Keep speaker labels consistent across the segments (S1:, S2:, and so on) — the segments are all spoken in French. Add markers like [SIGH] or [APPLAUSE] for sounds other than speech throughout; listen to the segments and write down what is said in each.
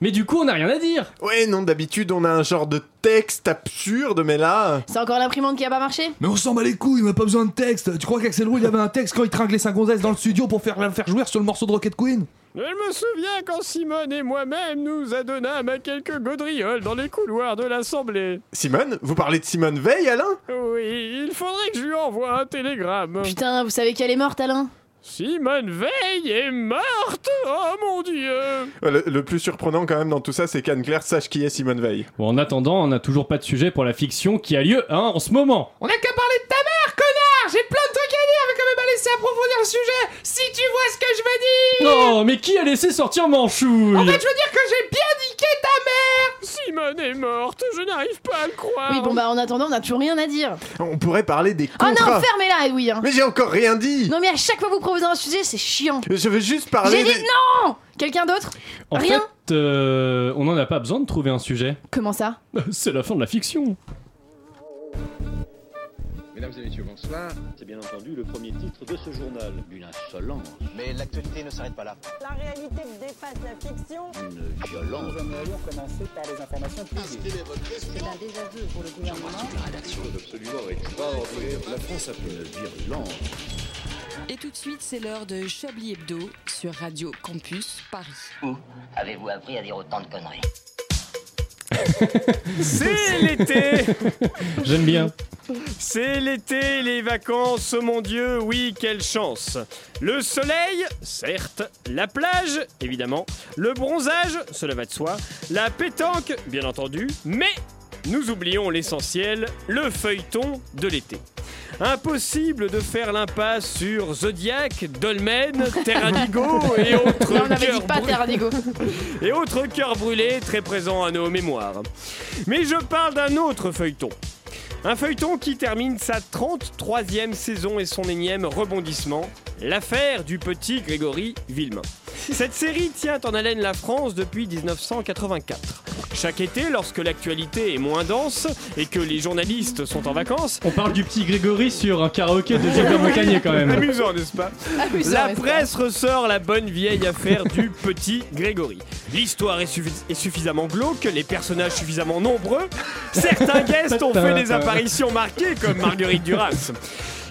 S1: Mais du coup, on n'a rien à dire.
S2: Ouais, non, d'habitude, on a un genre de texte absurde, mais là.
S3: C'est encore l'imprimante qui a pas marché
S4: Mais on s'en bat les couilles, on a pas besoin de texte. Tu crois qu'Axel Roux il avait un texte quand il tringlait sa gonzesse dans le studio pour faire la faire jouer sur le morceau de Rocket Queen
S5: Je me souviens quand Simone et moi-même nous adonnâmes à quelques gaudrioles dans les couloirs de l'Assemblée.
S2: Simone Vous parlez de Simone Veil, Alain
S5: Oui, il faudrait que je lui envoie un télégramme.
S3: Putain, vous savez qu'elle est morte, Alain
S5: Simone Veil est morte Oh mon dieu
S2: Ouais, le, le plus surprenant, quand même, dans tout ça, c'est qu'Anne-Claire sache qui est Simone Veil.
S1: Bon, en attendant, on n'a toujours pas de sujet pour la fiction qui a lieu hein, en ce moment.
S6: On n'a qu'à parler de ta mère, connard J'ai plein de trucs à dire, mais quand même pas laissé approfondir le sujet Si tu vois ce que je veux dire
S3: Oh,
S1: Non, mais qui a laissé sortir Manchouille
S6: En fait, je veux dire que j'ai bien niqué ta mère
S5: Simone est morte, je n'arrive pas à le
S2: Ah
S5: croire.
S3: Oui, bon bah en attendant, on a toujours rien à dire.
S2: On pourrait parler des
S3: Oh non,
S2: contrats.
S3: fermez-la, Edoui hein.
S2: mais j'ai encore rien dit
S3: Non mais à chaque fois que vous proposez un sujet, c'est chiant
S2: Je veux juste
S3: J'ai
S2: parler
S3: dit
S2: des...
S3: non Quelqu'un d'autre
S1: En
S3: Rien
S1: fait, euh, on n'en a pas besoin de trouver un sujet. [LAUGHS]
S3: Comment ça
S1: C'est la fin de la fiction.
S7: Mesdames et messieurs, bonsoir.
S8: C'est bien entendu le premier titre de ce journal. Une insolence,
S7: Mais l'actualité ne s'arrête pas là.
S9: La réalité dépasse la fiction.
S8: une violence.
S10: Et tout de suite, c'est l'heure de Chablis Hebdo sur Radio Campus Paris.
S8: Où avez-vous appris à dire autant de conneries
S5: C'est l'été
S3: [LAUGHS]
S1: J'aime bien.
S5: C'est l'été, les vacances, oh mon dieu, oui, quelle chance Le soleil, certes, la plage, évidemment, le bronzage, cela va de soi, la pétanque, bien entendu, mais nous oublions l'essentiel, le feuilleton de l'été. Impossible de faire l'impasse sur Zodiac, Dolmen, Terradigo et autres
S3: Non, on avait dit
S5: cœurs
S3: pas
S1: [LAUGHS]
S5: brûlés
S3: Terradigo
S5: et autres cœurs brûlés très présents à nos mémoires. Mais je parle d'un autre feuilleton. Un feuilleton qui termine sa 33e saison et son énième rebondissement, l'affaire du petit Grégory Villemain. Cette série tient en haleine la France depuis 1984. Chaque été, lorsque l'actualité est moins dense et que les journalistes sont en vacances,
S1: On parle du petit Grégory sur un karaoké de
S5: [LAUGHS]
S1: Gilbert Montagnier quand même.
S5: amusant, n'est-ce pas
S3: Ah oui, ça
S5: la
S3: reste.
S5: presse ressort la bonne vieille affaire du petit Grégory. L'histoire est, suffi- est suffisamment glauque, les personnages suffisamment nombreux.
S1: [LAUGHS]
S5: Certains guests ont fait des apparitions marquées comme Marguerite Duras.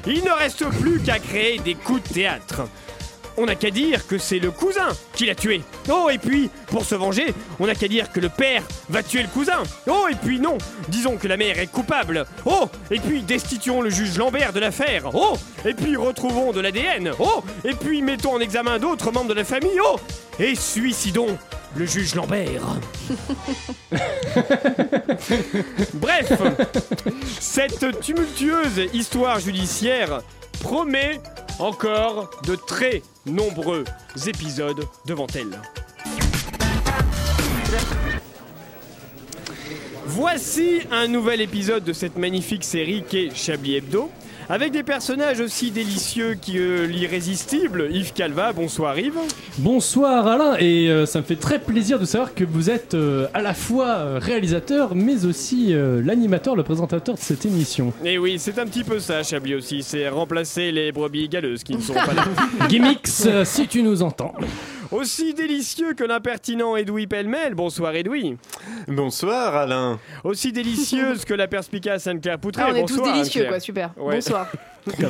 S5: Il ne reste plus qu'à créer des coups de théâtre. On n'a qu'à dire que c'est le cousin qui l'a tué. Oh, et puis, pour se venger, on n'a qu'à dire que le père va tuer le cousin. Oh, et puis non, disons que la mère est coupable. Oh, et puis destituons le juge Lambert de l'affaire. Oh, et puis retrouvons de l'ADN. Oh, et puis mettons en examen d'autres membres de la famille. Oh, et suicidons le juge Lambert. Bref, cette tumultueuse histoire judiciaire promet encore de très nombreux épisodes devant elle. Voici un nouvel épisode de cette magnifique série qu'est Chablis Hebdo, avec des personnages aussi délicieux que l'irrésistible Yves Calva. Bonsoir Yves.
S1: Bonsoir Alain, et euh, ça me fait très plaisir de savoir que vous êtes euh, à la fois euh, réalisateur, mais aussi euh, l'animateur, le présentateur de cette émission.
S5: Et Eh oui, c'est un petit peu ça, Chablis aussi, c'est remplacer les brebis galeuses qui ne sont pas là.
S1: [LAUGHS] Gimmicks, euh, si tu nous entends.
S5: Aussi délicieux que l'impertinent Edoui Pellemel. Bonsoir Edoui.
S2: Bonsoir, Alain.
S5: Aussi délicieuse que la perspicace Anne-Claire Poutré.
S3: Ah, on est tous
S5: Bonsoir,
S3: délicieux
S5: Anne-Claire.
S3: quoi, super.
S5: Ouais.
S3: Bonsoir.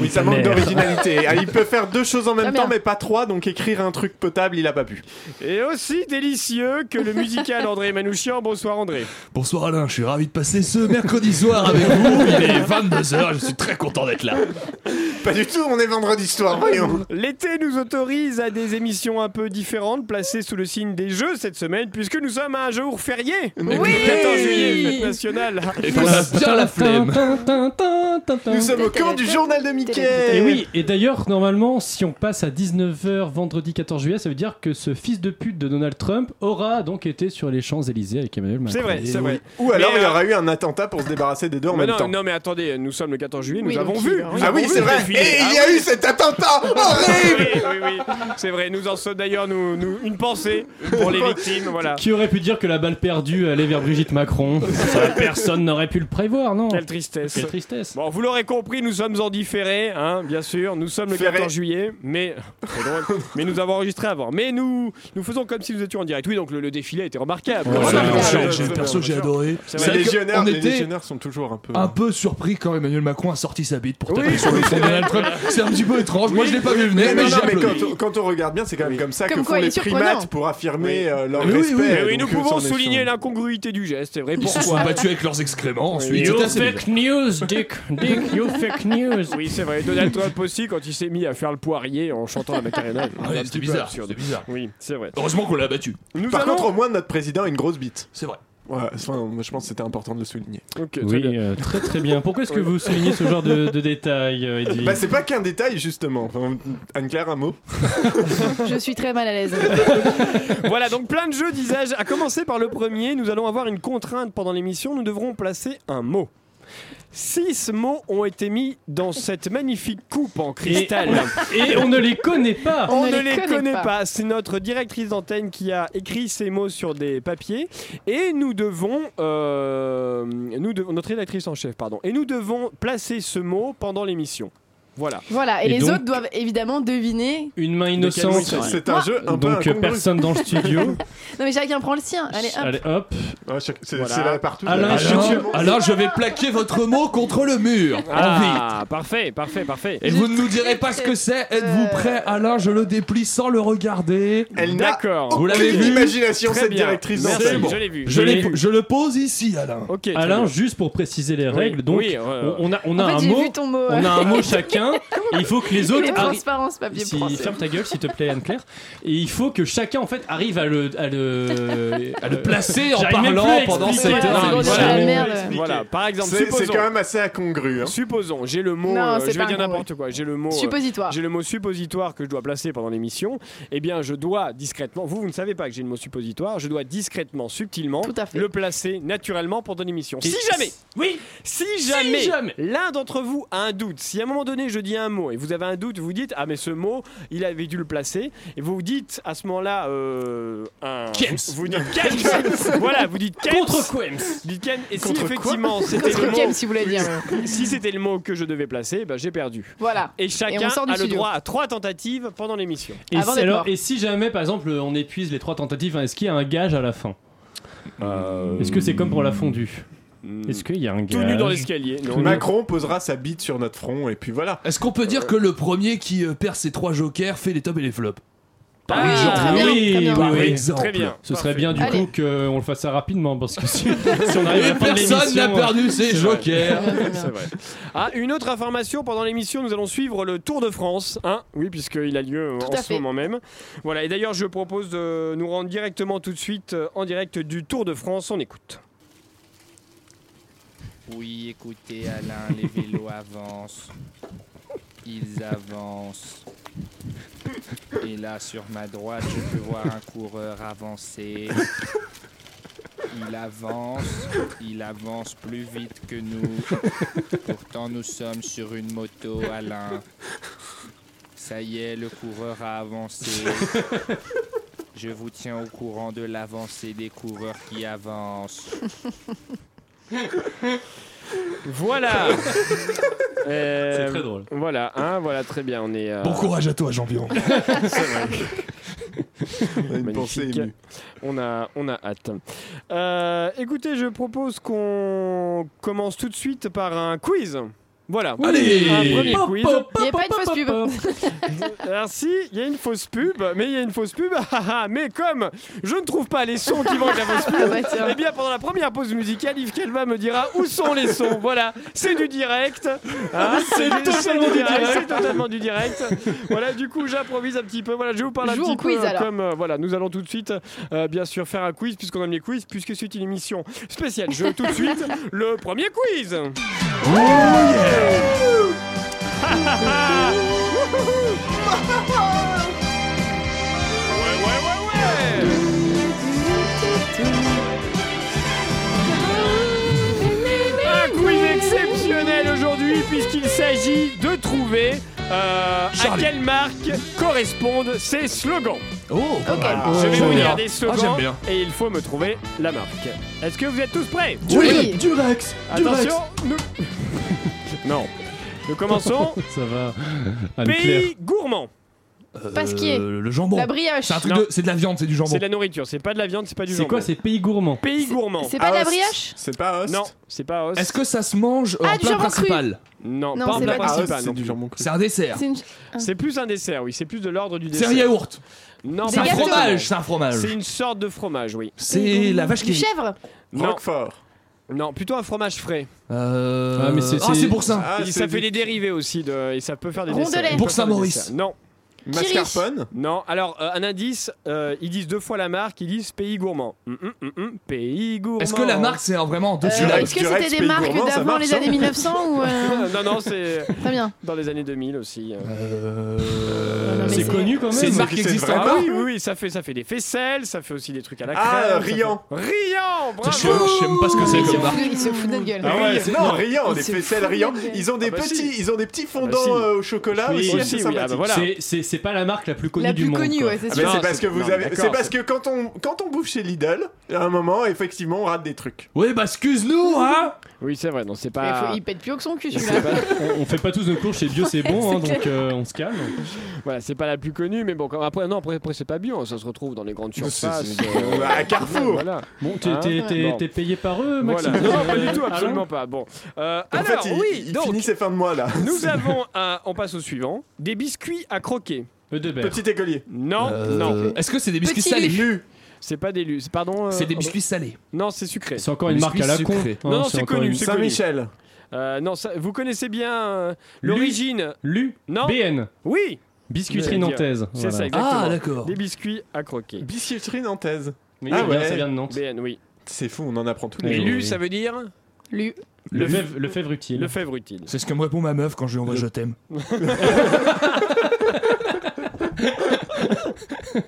S2: Oui, ça manque
S1: mère.
S2: d'originalité. Ah, il peut faire deux choses en
S3: Ah,
S2: même
S3: merde.
S2: temps, mais pas trois, donc écrire un truc potable, il a pas pu.
S5: Et aussi délicieux que le musical André Manouchian. Bonsoir André.
S4: Bonsoir Alain, je suis ravi de passer ce mercredi soir avec vous. Il est 22h, je suis très content d'être là.
S2: Pas du tout, on est vendredi soir, voyons.
S5: L'été nous autorise à des émissions un peu différentes placées sous le signe des jeux cette semaine puisque nous sommes à un jour férié.
S3: Oui
S5: 14 juillet, fête nationale.
S4: Et on a bien la flemme.
S2: Nous sommes au camp du journal de Mickey.
S1: Et oui, et d'ailleurs, normalement, si on passe à 19h vendredi 14 juillet, ça veut dire que ce fils de pute de Donald Trump aura donc été sur les Champs-Élysées avec Emmanuel Macron.
S5: C'est vrai, c'est
S1: Et
S5: vrai.
S2: Ou alors
S5: Mais,
S2: il y
S5: euh,
S2: aura eu un attentat pour se débarrasser des deux en
S5: Mais
S2: même
S5: non,
S2: temps.
S5: non, mais attendez, nous sommes le 14 juillet, nous
S3: Oui,
S5: avons
S3: donc
S5: vu.
S3: il-
S5: nous
S2: Ah
S5: avons
S2: oui,
S5: vu
S2: c'est
S5: le
S2: vrai.
S5: défilé.
S2: Et il y
S5: Ah [LAUGHS]
S2: a
S5: oui.
S2: eu cet attentat horrible.
S5: oui, oui, oui. C'est vrai, nous en sommes d'ailleurs nous, nous- une pensée pour les victimes, voilà.
S1: Qui aurait pu dire que la balle perdue allait vers Brigitte
S2: [LAUGHS]
S1: Macron Ça, Personne n'aurait pu le prévoir, non
S5: Quelle tristesse.
S1: Quelle tristesse.
S5: Bon, vous l'aurez compris, nous sommes en Ferré, hein, bien sûr. Nous sommes le
S2: Ferré.
S5: 14 juillet, mais [LAUGHS] c'est drôle. mais nous avons enregistré avant. Mais nous, nous faisons comme si nous étions en direct. Oui, donc le, le défilé était remarquable.
S2: Ouais,
S5: Remarquable.
S2: bien sûr,
S4: J'ai-
S2: bien
S4: Perso,
S2: sûr.
S4: j'ai adoré.
S5: C'est
S4: C'est
S5: vrai
S2: Les
S4: vrai que
S2: légionnaires,
S4: on
S2: les
S4: était
S2: légionnaires sont toujours un
S5: Ah,
S2: peu.
S4: un peu surpris quand Emmanuel Macron a sorti sa bite pour
S5: Oui,
S4: taper sur le front de Donald Trump. C'est un petit peu étrange. Moi, je l'ai pas vu venir,
S2: Mais,
S4: mais
S2: non,
S4: j'ai
S2: mais
S4: applaudi.
S2: quand, on, quand on regarde bien, c'est quand même comme ça
S3: Comme
S2: que
S3: quoi,
S2: font
S3: il est
S2: les
S3: surprenant.
S2: primates pour affirmer euh, leur
S4: Mais oui,
S2: respect.
S4: oui,
S5: Mais oui,
S2: donc,
S5: nous
S2: euh, ça en
S5: pouvons
S2: est
S5: souligner
S2: sûr.
S5: l'incongruité du geste, c'est vrai.
S4: Ils se sont
S5: Pourquoi
S4: battus avec leurs excréments ensuite.
S1: You
S4: C'était assez
S1: fake news, Dick.
S4: [LAUGHS]
S1: Dick, you fake news.
S5: Oui, c'est vrai. Donald Trump aussi, quand il s'est mis à faire le poirier en chantant
S4: [LAUGHS]
S5: la Macarena. il
S4: bizarre.
S5: est
S4: Ouais,
S5: un
S4: C'était
S5: petit peu
S4: bizarre.
S5: absurde.
S4: C'était bizarre.
S5: Oui, c'est vrai.
S4: Heureusement qu'on l'a battu.
S5: Nous
S2: Par
S5: allons-
S2: contre, au moins, notre président a une grosse bite.
S4: C'est vrai.
S2: Ouais, enfin, moi, je pense que c'était important de le souligner.
S5: Ok, très bien.
S1: Oui, euh, très très bien. Pourquoi est-ce que vous soulignez ce genre de, de détails, euh, Eddy
S2: Bah, c'est pas qu'un détail, justement. Enfin, Anne-Claire, un mot
S3: Je suis très mal à l'aise.
S5: Voilà, donc plein de jeux d'usage. À commencer par le premier, nous allons avoir une contrainte pendant l'émission. Nous devrons placer un mot. Six mots ont été mis dans cette magnifique coupe en cristal.
S1: Et on ne les connaît pas.
S5: On, ne les connaît, pas. C'est notre directrice d'antenne qui a écrit ces mots sur des papiers. Et nous devons. euh, nous devons- notre rédactrice en chef, pardon. Et nous devons placer ce mot pendant l'émission. Voilà.
S3: Voilà, et,
S1: Et
S3: les
S1: donc-
S3: autres doivent évidemment deviner.
S1: Une main
S5: De quel
S1: innocente.
S5: mot
S2: C'est un
S3: Moi-
S2: jeu un peu
S1: Donc euh,
S2: incongru.
S1: personne
S5: [LAUGHS]
S1: dans le studio.
S3: [LAUGHS] Non mais chacun prend le sien. Allez, hop.
S1: Allez hop.
S2: Ouais, chaque- Ah, C'est
S5: Voilà.
S2: c'est là partout.
S1: Alain,
S2: Chaussure.
S4: Alors, alors, je vais plaquer votre mot contre le mur. En vite.
S5: Ah, Euh. parfait, parfait, parfait.
S4: Et vous ne nous direz pas ce que c'est. Êtes-vous prêt, Alain Je le déplie sans le regarder.
S2: Elle n'a
S5: D'accord.
S4: Vous l'avez
S2: aucune
S4: vu
S2: imagination,
S5: Très
S2: cette
S5: bien.
S2: directrice
S5: Merci,
S2: d'antenne.
S5: je l'ai vu.
S4: Je,
S1: Et-
S4: l'ai- je le pose ici, Alain.
S5: Ok, très
S1: Alain,
S5: bien.
S1: juste pour préciser les
S5: Oui,
S1: règles, donc
S5: oui, euh,
S1: on on a, on a
S3: En fait,
S1: un
S3: j'ai
S1: mot.
S3: vu ton mot.
S1: On a un
S3: [LAUGHS]
S1: mot chacun. et il faut que les autres
S3: les
S1: arrivent.
S3: transparences papier
S1: Si-
S3: français.
S1: ferme ta gueule, s'il te plaît, Anne-Claire. Et il faut que chacun, en fait, arrive à le. à
S3: [LAUGHS]
S1: le,
S4: À le placer en
S1: J'arrive même
S4: parlant
S1: plus à
S4: pendant
S1: expliquer.
S4: cette
S3: Ouais, c'est bon,
S4: heure.
S3: déjà,
S5: Voilà.
S3: la merde.
S5: Voilà, par exemple,
S2: C'est c'est
S5: supposons,
S2: quand même assez incongru. hein.
S5: supposons, j'ai le mot,
S3: Non,
S5: euh,
S3: c'est
S5: je
S3: pas
S5: vais dire
S3: incongru.
S5: n'importe quoi, j'ai le mot, euh,
S3: Suppositoire.
S5: j'ai le mot suppositoire que je dois placer pendant l'émission. Eh bien, je dois discrètement, vous, vous ne savez pas que j'ai le mot suppositoire, je dois discrètement, subtilement,
S3: Tout à fait.
S5: le placer naturellement pendant l'émission.
S1: Et-
S5: Si jamais,
S1: Oui
S5: si jamais,
S1: jamais.
S5: l'un d'entre vous a un doute, si à un moment donné je dis un mot et vous avez un doute, vous dites ah mais ce mot, il avait dû le placer, et vous dites à ce moment-là euh, un,
S1: Kems.
S5: vous dites Kems. [LAUGHS] voilà, vous dites Kems.
S1: Contre Quems
S5: Dites Kems. et si
S2: Contre quoi
S3: [LAUGHS]
S5: effectivement c'était
S3: Contre
S5: le mot
S3: Kem, si vous voulez
S5: [LAUGHS]
S3: dire.
S5: si c'était le mot que je devais placer, bah, j'ai perdu.
S3: Voilà.
S5: Et chacun
S3: on sort du
S5: a le
S3: studio.
S5: droit à trois tentatives pendant l'émission.
S1: et,
S3: Avant
S1: si-
S3: d'être
S1: alors,
S3: mort.
S1: et si jamais, par exemple, on épuise les trois tentatives, hein, est-ce qu'il y a un gage à la fin
S2: Euh,
S1: Est-ce que c'est comme pour la fondue
S2: hmm.
S1: Est-ce qu'il y a un gage
S5: Tout nu dans l'escalier. Non, non.
S2: Macron posera sa bite sur notre front et puis voilà.
S4: Est-ce qu'on peut dire que le premier qui euh, perd ses trois jokers fait les tops et les flops
S5: Par
S1: Ah,
S3: Oui, Ah, très bien, très bien.
S1: oui,
S5: exemple.
S1: oui,
S4: Par
S1: oui.
S4: exemple.
S5: Très bien.
S1: Ce serait
S5: Parfait.
S1: bien du
S3: Allez.
S1: coup qu'on le fasse ça rapidement
S4: [LAUGHS]
S1: parce que si, si on arrive à
S4: Et
S1: la fin de
S4: personne n'a
S1: l'émission, euh,
S4: perdu ses
S3: [LAUGHS]
S5: vrai.
S4: jokers.
S5: C'est vrai. Ah, une autre information pendant l'émission, nous allons suivre le Tour de France. Hein oui, puisqu'il a lieu euh,
S3: Tout
S5: en
S3: à
S5: ce
S3: fait.
S5: moment même. Voilà, et d'ailleurs, je propose de nous rendre directement tout de suite euh, en direct du Tour de France. On écoute.
S6: Oui, écoutez Alain, les vélos avancent. Ils avancent. Et là, sur ma droite, je peux voir un coureur avancer. Il avance, il avance plus vite que nous. Pourtant, nous sommes sur une moto, Alain. Ça y est, le coureur a avancé. Je vous tiens au courant de l'avancée des coureurs qui avancent.
S5: Voilà
S1: [LAUGHS]
S5: [LAUGHS] Euh,
S1: C'est très drôle.
S5: Voilà, hein, voilà, très bien. On est. euh,
S4: Bon courage à toi, Jean-Pierre.
S5: [LAUGHS] c'est vrai.
S2: On a une
S5: Magnifique.
S2: pensée émue.
S5: On a, on a hâte. Euh, écoutez, je propose qu'on commence tout de suite par un quiz. Voilà.
S4: Allez
S5: Un premier
S1: Pop,
S5: quiz.
S1: pop,
S3: Il n'y a
S1: pop,
S3: pas de
S1: pop,
S3: fausse pub.
S1: pop.
S5: Alors si, il y a une fausse pub, mais il y a une fausse pub. [LAUGHS] ah, ah, mais comme je ne trouve pas les sons qui vont avec la fausse pub,
S3: Ah bah tiens.
S5: eh bien pendant la première pause musicale, Yves Calva me dira où sont les sons. Voilà, c'est du direct. hein,
S3: Ah,
S5: c'est du- c'est du direct. C'est totalement du direct. Voilà, du coup j'improvise un petit peu. Voilà, je vais vous parler
S3: Joue
S5: un petit
S3: au quiz,
S5: peu
S3: alors.
S5: comme euh, voilà, nous allons tout de suite euh, bien sûr faire un quiz puisqu'on aime les quiz puisque c'est une émission spéciale. Je tout de suite le premier quiz. [LAUGHS] Ouais. Un quiz exceptionnel aujourd'hui puisqu'il s'agit de trouver euh, à
S4: Charlie.
S5: quelle marque correspondent ces slogans.
S4: Oh, pas
S3: Ok.
S4: mal.
S5: Je vais vous
S4: j'aime
S5: dire
S4: bien.
S5: des
S4: Ah,
S5: slogans
S4: j'aime bien.
S5: et il faut me trouver la marque. Est-ce que vous êtes tous prêts
S3: Oui.
S4: Durex
S5: Attention, nous... Non. Nous commençons.
S1: [LAUGHS] Ça va. Anne Claire.
S5: Pays gourmand.
S3: Pasquier.
S4: Euh, Le jambon.
S3: La brioche.
S4: C'est un truc
S5: Non.
S4: de, c'est de la viande, c'est du jambon.
S5: C'est de la nourriture, c'est pas de la viande, c'est pas du
S1: C'est quoi
S5: jambon.
S1: ces pays gourmands
S5: Pays gourmand.
S3: C'est pas de la
S2: Aoste.
S3: brioche
S2: C'est pas os
S5: Non, c'est pas os.
S4: Est-ce que ça se mange euh,
S3: Ah,
S4: en
S3: du
S4: plat
S3: jambon cru.
S4: principal
S5: Non,
S3: Non,
S5: pas en
S3: c'est
S5: plat
S3: pas du-
S2: Ah, os,
S5: principal.
S2: c'est
S5: non.
S2: du jambon cru.
S4: C'est un dessert.
S3: C'est une- ah.
S5: C'est plus un dessert, oui, c'est plus de l'ordre du
S4: C'est
S5: dessert.
S4: un yaourt.
S5: Non,
S3: Des
S4: C'est un
S5: pas
S3: gâteaux.
S4: fromage. C'est un
S5: C'est
S4: fromage.
S5: une sorte de fromage, oui.
S4: C'est la vache
S3: Du
S4: qui.
S3: chèvre
S5: Non,
S2: Roquefort.
S5: non, plutôt un fromage frais.
S4: Euh...
S1: Ah, mais c'est-
S4: ah,
S1: c'est-
S4: c'est pour ça.
S2: Ah,
S5: Et
S2: c'est
S5: ça fait
S2: du
S5: des dérivés aussi de, et ça peut faire des
S3: Rondelet.
S5: desserts.
S4: Pour
S5: Ils peuvent faire des
S4: Saint-Maurice.
S5: desserts. Non,
S2: mascarpone.
S5: non. Alors euh, un indice, euh, ils disent deux fois la marque, ils disent pays gourmand. Hum, hum, hum, hum, pays gourmand.
S4: Est-ce que la marque c'est en vraiment en deux
S3: Euh,
S4: syllabes
S3: Est-ce que
S2: Durex,
S3: c'était des
S2: Pays
S3: marques
S2: Gourmand, ça
S3: d'avant
S2: marche,
S3: les
S2: hein.
S3: années 1900 ou euh,
S5: [LAUGHS] Non, non, c'est
S3: Très bien.
S5: dans les années 2000 aussi. euh.
S4: Euh,
S3: Non, mais
S1: C'est
S3: c'est-
S1: connu quand
S4: C'est
S1: même.
S4: une marque
S2: c'est
S4: existante.
S2: vrai.
S5: Ah
S2: Ah
S5: oui,
S2: bon
S5: oui, oui, ça fait, ça fait des faisselles, ça fait aussi des trucs à la crème.
S2: Ah,
S5: ça
S2: riant.
S5: fait- Riant,
S4: Je sais
S5: bravo
S4: je sais même pas ce que c'est
S3: Il se
S4: comme marque.
S3: fout de- il se fout de notre gueule.
S5: Ah ouais,
S2: Riant.
S5: c'est-
S2: non, riant,
S3: Ils
S2: des
S3: se
S2: faisselles
S3: foutent
S2: riant.
S3: de la gueule.
S2: Ils ont des
S5: bah
S2: petits,
S5: si.
S2: ils ont des petits
S1: bah
S2: fondants
S5: si.
S2: euh, au chocolat
S5: Oui,
S2: aussi,
S5: aussi,
S2: assez
S5: oui,
S2: sympathiques.
S5: ah bah voilà.
S1: C'est- C'est c'est pas la marque la plus connue
S3: La
S1: du
S3: plus
S1: monde.
S3: connue,
S1: quoi.
S3: ouais, c'est
S2: Ah,
S3: sûr.
S2: mais
S5: Non,
S2: c'est parce
S5: c'est-
S2: que
S5: non,
S2: vous
S5: mais
S2: avez,
S5: d'accord,
S2: c'est parce
S5: c'est-
S2: que quand on quand on bouffe chez Lidl, à un moment effectivement on rate des trucs.
S4: Oui, bah excuse-nous, hein
S5: Oui, c'est vrai, non, c'est
S3: Mais
S5: pas.
S3: faut- Il pète plus haut que son cul
S5: c'est
S3: celui-là.
S5: pas-
S1: On, on fait pas tous nos cours chez Dieu, c'est
S3: [LAUGHS]
S1: bon, hein, donc euh, on se calme.
S5: voilà, c'est pas la plus connue, mais bon, quand- après, non, après, après, c'est pas bio, hein, ça se retrouve dans les grandes surfaces. euh,
S2: [LAUGHS] à Carrefour.
S5: Voilà.
S1: Bon, t'es
S5: Hein
S1: t'es- t'es-
S5: Bon.
S1: t'es payé par eux,
S5: Voilà.
S1: Maxime
S5: Non, pas du tout,
S1: Ah non
S5: absolument pas. Bon, Euh,
S2: En
S5: alors
S2: fait, il,
S5: oui,
S2: il
S5: donc
S2: finit ses fins de mois là.
S5: nous avons, un, on passe au suivant, des biscuits à croquer.
S1: Le Debert.
S2: Petit écolier.
S5: Non,
S4: Euh,
S5: non,
S4: Est-ce que c'est des biscuits
S3: Petit
S4: salés
S2: Nu.
S5: c'est pas des lus, pardon. euh,
S4: C'est des
S5: pardon.
S4: biscuits salés.
S5: Non, c'est sucré.
S1: C'est encore une marque
S4: Biscuit
S1: à la con.
S4: sucré.
S1: hein,
S5: Non, non, c'est
S1: encore
S5: connu,
S1: une-
S5: c'est connu.
S2: Saint-Michel.
S5: Euh, non, ça- vous connaissez bien euh, l'origine.
S1: Lu
S5: Non.
S1: BN.
S5: Oui,
S1: Biscuiterie
S5: Mais-
S1: nantaise.
S5: c'est
S1: voilà.
S5: ça
S4: Ah,
S5: exactement.
S4: d'accord.
S5: des biscuits à croquer.
S2: Biscuiterie nantaise.
S1: Mais
S2: Ah
S1: il y a bien,
S2: ouais.
S1: ça vient de Nantes.
S5: BN, oui.
S2: C'est fou, on en apprend tous
S1: Oui.
S5: Et
S2: les jours.
S5: lu, ça veut dire
S3: Lui.
S1: Le fèvre, le fèvre utile.
S5: le fèvre utile.
S4: C'est ce que me répond ma meuf quand je lui envoie je t'aime. [LAUGHS]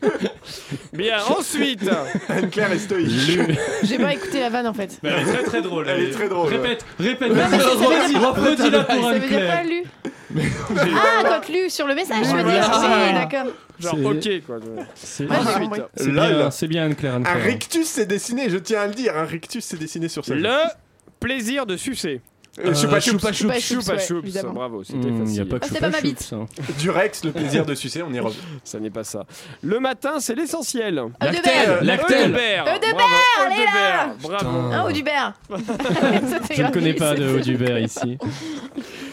S5: Bien, ensuite,
S2: Anne-Claire est stoïque.
S3: J'ai pas écouté la vanne en fait.
S1: Bah, elle est très très drôle.
S2: Elle est très drôle, ouais.
S1: Répète, répète.
S3: Non, mais ça veut
S1: Redis-
S3: dire-
S1: Redis-la pour
S3: Ça
S1: Anne
S3: veut dire quoi
S1: Claire.
S3: lu Ah, quand lu sur le message, je veux
S4: Voilà.
S3: dire. Oui, d'accord.
S5: genre
S1: C'est-
S5: ok quoi.
S1: C'est
S3: Ouais, j'ai
S5: Ensuite,
S3: compris.
S1: c'est bien,
S2: Lol.
S1: c'est bien Anne Claire. Anne
S2: Un
S1: Claire.
S2: rictus s'est dessiné, je tiens à le dire. Un rictus s'est dessiné sur ça.
S5: le plaisir de sucer.
S2: Euh, Choupa Choups.
S4: Choupa Choups.
S3: Pas choups,
S5: Choupa
S3: ouais,
S5: choups,
S3: évidemment.
S5: bravo, c'était
S1: Hmm, y
S5: facile.
S1: a pas que
S3: Ah, c'est
S1: Choupa
S3: pas ma
S1: Choups,
S3: bite.
S1: hein.
S2: Durex, le plaisir de sucer, on y revient.
S5: [LAUGHS] Ça n'est pas ça. Le matin, c'est l'essentiel.
S3: Ah,
S4: Lactel,
S2: Lactel.
S4: Lactel.
S5: Eudebert,
S3: Eudebert,
S5: bravo,
S3: allez là
S5: Eudebert, Bravo.
S3: Hein, ou du
S5: [LAUGHS]
S3: beurre
S1: Je ne connais pas de haut du verre ici.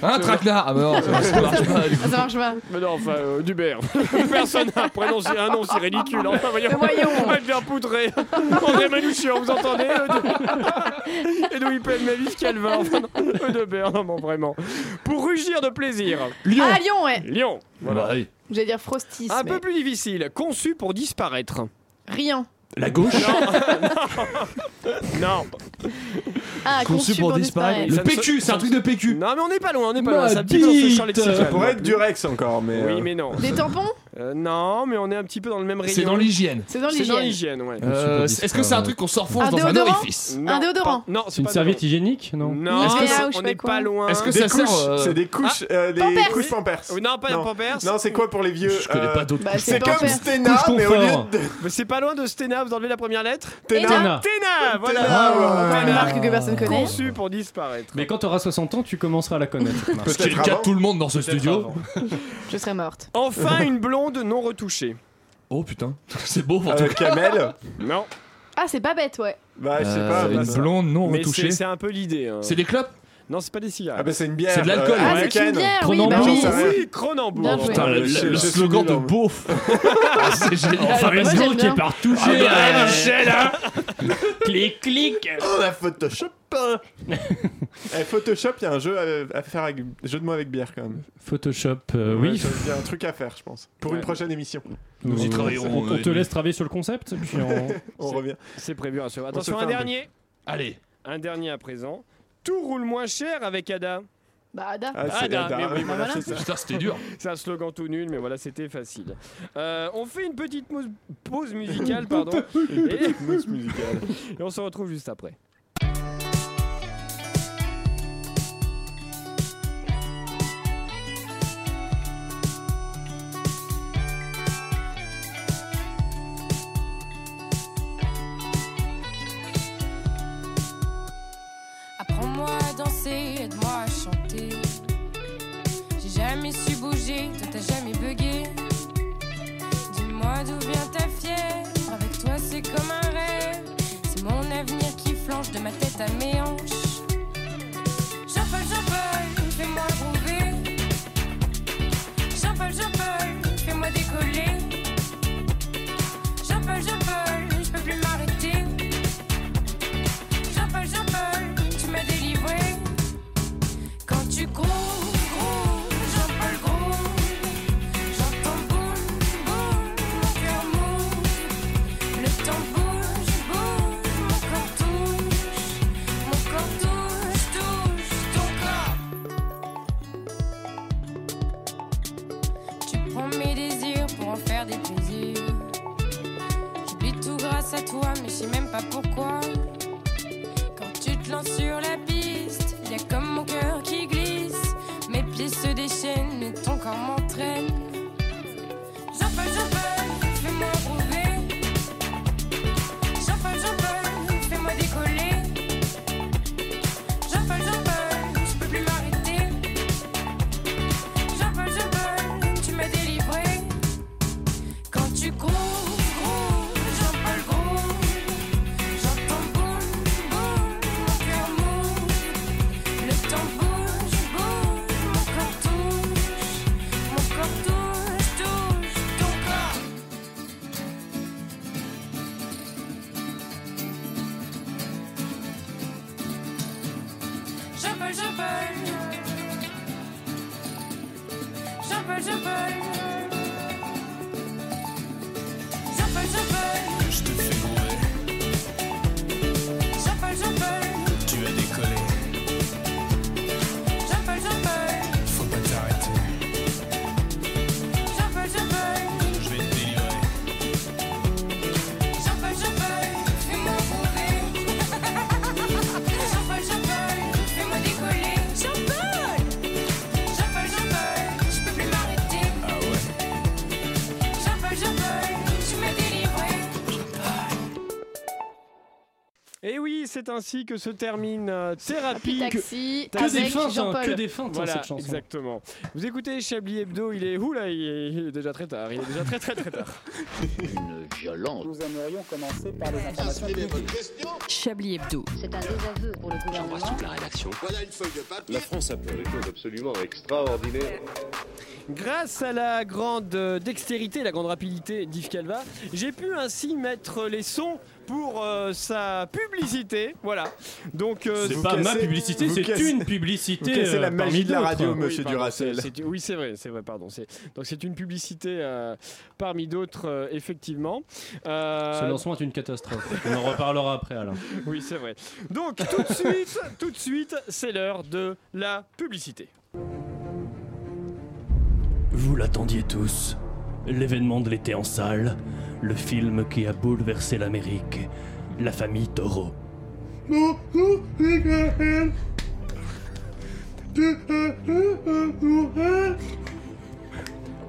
S4: Hein, traquenard Ah, bah non, ça ça marche pas. du coup.
S3: [LAUGHS] Ça marche pas.
S5: Mais non, enfin, euh, Dubert. [LAUGHS] Personne n'a prononcé un nom, c'est ridicule. Enfin, voyons.
S3: Mais voyons.
S5: On va devient poutrer. André Manouchian, vous entendez [LAUGHS] Eude- Et d'où il pèle ma vie, Calvin. Enfin, non, Eudebert, non, bon, vraiment. Pour rugir de plaisir.
S4: Lyon.
S3: Ah, Lyon, ouais.
S5: Lyon.
S4: Bah oui.
S3: J'allais dire Frostis.
S5: Un
S3: mais
S5: peu plus difficile. Conçu pour disparaître.
S3: Riant.
S4: La gauche.
S2: [LAUGHS]
S5: Non.
S3: Ah, conçu pour disparaître.
S4: Le
S5: Ça ne se-
S4: PQ, c'est un truc de PQ.
S5: Non, mais on n'est pas loin, on n'est pas
S1: Ma
S5: loin. Ça pique dans ce champ
S1: bite.
S5: lexical.
S1: Ça
S2: Pourrait être Durex encore, mais.
S5: Oui,
S2: euh,
S5: mais non.
S3: Des tampons
S5: Euh, non, mais on est un petit peu dans le même rayon.
S4: C'est dans l'hygiène.
S3: C'est dans
S5: C'est dans
S3: l'hygiène.
S5: l'hygiène, ouais.
S4: Euh,
S1: Super
S4: Est-ce que c'est un truc qu'on s'enfonce
S3: Un
S4: dans un
S3: déodorant
S4: orifice
S5: Non,
S3: déodorant.
S5: pas- Non, c'est
S1: C'est une
S5: pas
S1: serviette hygiénique,
S5: déodorant.
S1: non
S5: Non,
S3: Est-ce que
S5: c'est-
S3: ça- ou je
S5: on
S3: sais
S5: n'est
S3: pas quoi. Ah,
S5: pas loin.
S4: Est-ce que
S2: Des
S4: ça sert
S2: couches,
S4: euh,
S2: c'est des couches, euh, des
S3: Pampers.
S2: couches Pampers.
S5: Oui, Non, pas un
S2: Non.
S5: Pampers.
S2: Non, c'est quoi pour les vieux
S4: Je connais
S2: euh,
S4: pas d'autres.
S3: Bah, c'est
S2: C'est
S3: pas
S2: comme
S3: faire.
S2: Stena,
S1: Couche
S2: mais au
S1: confort.
S2: lieu de
S5: Mais c'est pas loin de Stena, vous enlevez la première lettre.
S2: Téna,
S1: Téna.
S5: Téna, voilà.
S2: Téna,
S3: Une
S2: ouais.
S3: marque que personne connaît.
S5: Conçu pour disparaître.
S1: Mais quand tu auras 60 ans, tu commenceras à la connaître.
S2: [LAUGHS]
S1: cette marque.
S4: Parce qu'il y a
S2: Peut-être
S4: déjà
S2: avant.
S4: tout le monde dans ce studio.
S1: avant.
S3: Je serais morte.
S5: Enfin, une blonde non retouchée.
S4: [LAUGHS] Oh putain, c'est beau en tout
S2: euh,
S4: cas. [LAUGHS]
S2: Camel.
S5: Non,
S3: Ah, c'est pas bête, ouais.
S2: Bah, je sais
S4: Euh,
S2: pas. bah,
S4: Une
S2: ça-
S4: blonde non
S5: mais c'est
S4: retouchée.
S5: c'est un peu l'idée. hein.
S4: C'est des clopes
S5: Non, c'est pas des
S2: Ah,
S5: cigares.
S2: bah, c'est une bière.
S4: C'est de l'alcool.
S2: euh,
S3: Ah, c'est une
S2: américaine.
S3: bière, oui,
S1: Prenons
S3: bah
S1: le
S3: oui.
S2: genre, ça-
S5: oui,
S3: Bien
S5: Cronenbourg.
S3: joué.
S4: Putain, le,
S2: le-
S4: le-
S2: le
S4: le
S2: souvenir,
S4: slogan de
S2: moi.
S4: beauf.
S5: [LAUGHS]
S4: Ah, c'est génial.
S1: Enfin,
S3: moi,
S1: let's go
S3: j'aime
S1: qui
S3: bien.
S1: est partout.
S5: Ah,
S4: bah,
S5: hein.
S4: [LAUGHS]
S1: Clic, clic.
S2: Oh,
S5: [LAUGHS]
S2: la Photoshop. Eh, Photoshop, il y a un jeu à, à faire avec. Jeu de mots avec bière quand même.
S1: Photoshop, euh,
S2: Ouais,
S1: oui.
S2: ça- Il y a un truc à faire, je pense. Pour
S5: Ouais.
S2: une prochaine émission,
S4: Nous y
S1: Euh,
S4: travaillerons,
S1: On, on
S4: euh,
S1: te
S4: nous.
S1: laisse travailler sur le concept. Puis on...
S2: [LAUGHS] on
S5: C'est-
S2: revient.
S5: C'est prévu, rassurez
S2: On se
S5: Attention, un
S2: fait un peu.
S5: dernier.
S4: Allez.
S5: Un dernier à présent. Tout roule moins cher avec Ada.
S3: Bah, Ada.
S2: Ah, c'est
S5: Ada, mais oui, voilà,
S3: voilà.
S5: c'est ça.
S4: Putain, c'était dur.
S5: [LAUGHS] C'est un slogan tout nul, mais voilà, c'était facile. Euh, on fait une petite mous- pause
S2: [LAUGHS]
S5: musicale, pardon. et... [LAUGHS] et on se retrouve juste après.
S10: Apprends-moi à danser, aide-moi à chanter.
S11: bougé, toi t'as jamais bugué. Dis-moi d'où vient ta fièvre, avec toi c'est comme un rêve. C'est mon avenir qui flanche de ma tête à mes hanches. Jean-Paul, Jean-Paul, fais-moi groover. Jean-Paul, Jean-Paul, fais-moi décoller. Jean-Paul, Jean-Paul, je peux plus m'arrêter. Jean-Paul, Jean-Paul, tu m'as délivré. Quand tu grouilles, grouilles, Jean-Paul grouille. J'entends boule, boule, mon cœur mouille. Le temps bouge, bouge, mon corps touche. Mon corps touche, touche ton corps. Tu prends mes désirs pour en faire des plaisirs. J'oublie tout grâce à toi, mais je sais même pas pourquoi. Quand tu te lances sur la piste, y a comme mon cœur qui glisse. Mes plis se déchaînent, mais ton corps m'entraîne. Jean-Paul, Jean-Paul, fais-moi prouver. Jean-Paul, Jean-Paul, fais-moi décoller. Jean-Paul, Jean-Paul, je peux plus m'arrêter. Jean-Paul, Jean-Paul, tu m'as délivré. Quand tu grouilles, grouilles, Jean-Paul grouille. J'entends boule, boule, mon cœur mouille. Le temps bouge, bouge, mon corps touche. Mon corps touche, touche ton corps. Jean-Paul, Jean-Paul. Jean-Paul, Jean-Paul. Jean-Paul, Jean-Paul. Je te fais mourir. Jean-Paul, Jean-Paul,
S12: Tu as décollé,
S11: Jean-Paul, Jean-Paul,
S12: faut pas t'arrêter.
S11: Jean-Paul, Jean-Paul,
S12: Je vais te délivrer.
S11: Jean-Paul, Jean-Paul, fais-moi prouver. Jean-Paul, Jean-Paul, fais-moi décoller. Jean-Paul, Jean-Paul, Jean-Paul, je peux plus m'arrêter.
S12: Ah ouais,
S11: Jean-Paul, Jean-Paul, tu m'as délivré.
S5: Et Eh oui, c'est ainsi que se termine euh, Thérapie.
S3: Taxi,
S5: Que
S1: Que des
S3: avec
S1: feintes, hein,
S3: Jean-Paul.
S1: que des feintes, hein,
S5: Voilà,
S1: cette chanson.
S5: exactement. Vous écoutez Chablis Hebdo, il est où là il est, il est déjà très tard. Il est déjà très très très tard.
S8: Une violence.
S6: Nous aimerions commencer par les informations
S10: Chablis Hebdo.
S9: C'est un désaveu pour le gouvernement.
S8: la rédaction. Voilà une feuille de papier. La France a fait des choses absolument extraordinaires.
S5: Grâce à la grande euh, dextérité, la grande rapidité d'Yves Calva, j'ai pu ainsi mettre les sons pour euh, sa publicité. Voilà. Donc euh,
S1: C'est
S2: Vous
S1: pas ma
S2: cassez-
S1: publicité,
S2: vous
S1: c'est
S2: cassez-
S1: une
S2: vous
S1: publicité.
S2: cassez la
S1: euh, parmi
S2: magie de la
S1: d'autres.
S2: radio,
S5: Oui,
S2: monsieur
S5: pardon, c'est-
S2: Duracell.
S5: c'est- Oui, c'est vrai, c'est vrai, pardon. C'est- Donc c'est une publicité euh, parmi d'autres, euh, effectivement. Euh,
S1: Ce lancement est une catastrophe. On en reparlera après, Alain.
S5: [LAUGHS] oui, c'est vrai. Donc tout de suite, tout de suite, c'est l'heure de la publicité.
S1: Vous l'attendiez tous. L'événement de l'été en salle. Le film qui a bouleversé l'Amérique. La famille Taureau.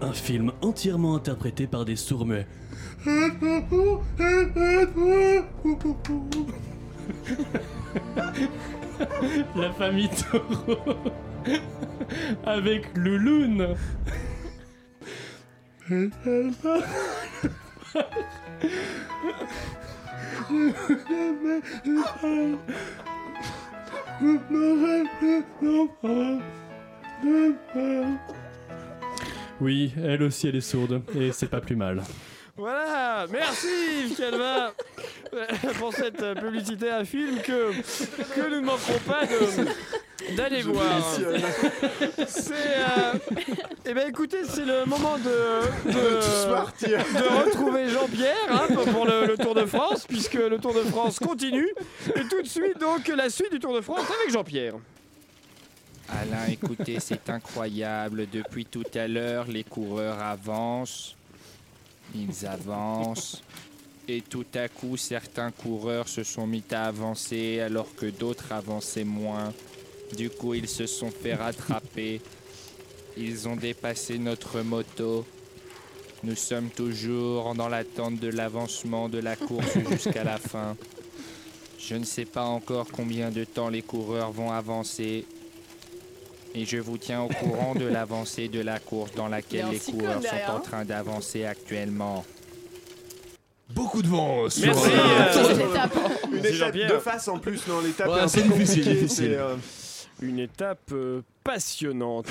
S1: Un film entièrement interprété par des sourds-muets. [LAUGHS] La famille Taureau. [LAUGHS] Avec Louloun. Oui, elle aussi elle est sourde, et c'est pas plus mal.
S5: Voilà, merci Yves Calva [LAUGHS] pour cette euh, publicité, un film que, que nous ne manquerons pas de- d'aller voir. C'est. et ben écoutez, c'est le moment de.
S2: Tous
S5: de
S2: partir.
S5: de retrouver Jean-Pierre hein, pour- pour le, le Tour de France, puisque le Tour de France continue. Et tout de suite, donc, la suite du Tour de France avec Jean-Pierre.
S6: Alain, écoutez, c'est incroyable. Depuis tout à l'heure, les coureurs avancent. Ils avancent. Et tout à coup, certains coureurs se sont mis à avancer alors que d'autres avançaient moins. Du coup, ils se sont fait rattraper. Ils ont dépassé notre moto. Nous sommes toujours dans l'attente de l'avancement de la course jusqu'à la fin. Je ne sais pas encore combien de temps les coureurs vont avancer, Et je vous tiens au courant de l'avancée de la course dans
S5: Il y a
S6: laquelle
S5: un
S6: les
S5: cyclone
S6: coureurs
S5: derrière,
S6: sont en
S5: hein.
S6: train d'avancer actuellement.
S4: Beaucoup de vent euh, sur
S6: Merci,
S4: euh,
S6: euh,
S4: sur-
S2: Une
S5: C'est
S2: étape
S5: Jean-Pierre.
S2: de face en plus, non, l'étape
S5: Ouais,
S2: est un
S5: c'est
S2: peu
S5: difficile,
S2: compliquée,
S5: difficile.
S2: c'est, euh,
S5: Une étape euh, passionnante.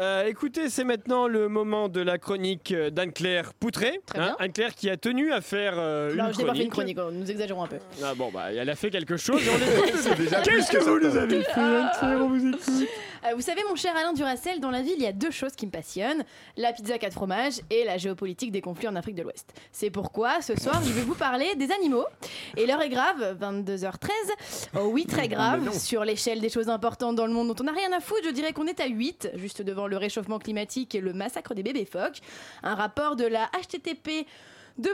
S5: Euh, écoutez, c'est maintenant le moment de la chronique euh, d'Anne-Claire Poutré. Hein, Anne-Claire qui a tenu à faire euh,
S3: Non,
S5: une,
S3: je n'ai pas fait une
S5: chronique.
S3: chronique, oh, nous exagérons un peu.
S5: Ah bon, bah elle a fait quelque chose et on l'écoute.
S3: C'est déjà
S5: Qu'est-ce que
S3: plus que
S5: vous
S3: ça.
S5: nous avez fait, Anne-Claire On vous écoute.
S3: Ah. Euh, vous savez, mon cher Alain Duracel, dans la vie, il y a deux choses qui me passionnent la pizza 4 fromages et la géopolitique des conflits en Afrique de l'Ouest. C'est pourquoi ce soir, je vais vous parler des animaux. Et l'heure est grave, 22h13. Oh oui, très
S13: Mais non.
S3: grave. Sur l'échelle des choses importantes dans le monde dont on n'a rien à foutre, je dirais qu'on est à 8, juste devant le réchauffement climatique et le massacre des bébés phoques. Un rapport de la HTTP. 2.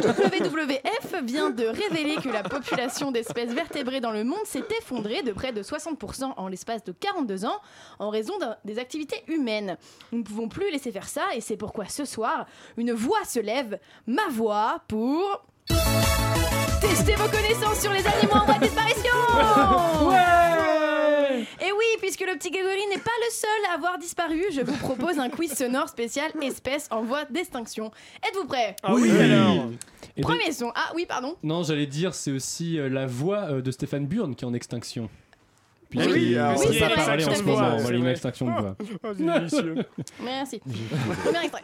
S3: WWF vient de révéler que la population d'espèces vertébrées dans le monde s'est effondrée de près de 60% en l'espace de 42 ans en raison d'un- des activités humaines. Nous ne pouvons plus laisser faire ça et c'est pourquoi ce soir, une voix se lève, ma voix pour... Testez vos connaissances sur les animaux en voie de disparition Et oui, puisque le petit Grégory n'est pas le seul à avoir disparu, je vous propose un quiz sonore spécial espèces en voie d'extinction. Êtes-vous prêts
S1: Ah Et donc-
S3: Premier son. Ah oui,
S1: [LAUGHS]
S3: pardon.
S1: Non, j'allais dire, c'est aussi euh, la voix euh, de Stéphane Burn qui est en extinction.
S3: Ah oui,
S1: Puisqu'il-
S3: oui,
S1: on
S3: c'est
S1: peut
S3: vrai,
S1: pas parler en
S3: extinction
S1: ce
S3: de voix,
S1: moment, on
S3: Ah, c'est
S1: va aller une
S3: vrai.
S1: extinction de voix.
S3: [LAUGHS] Merci. Premier extrait.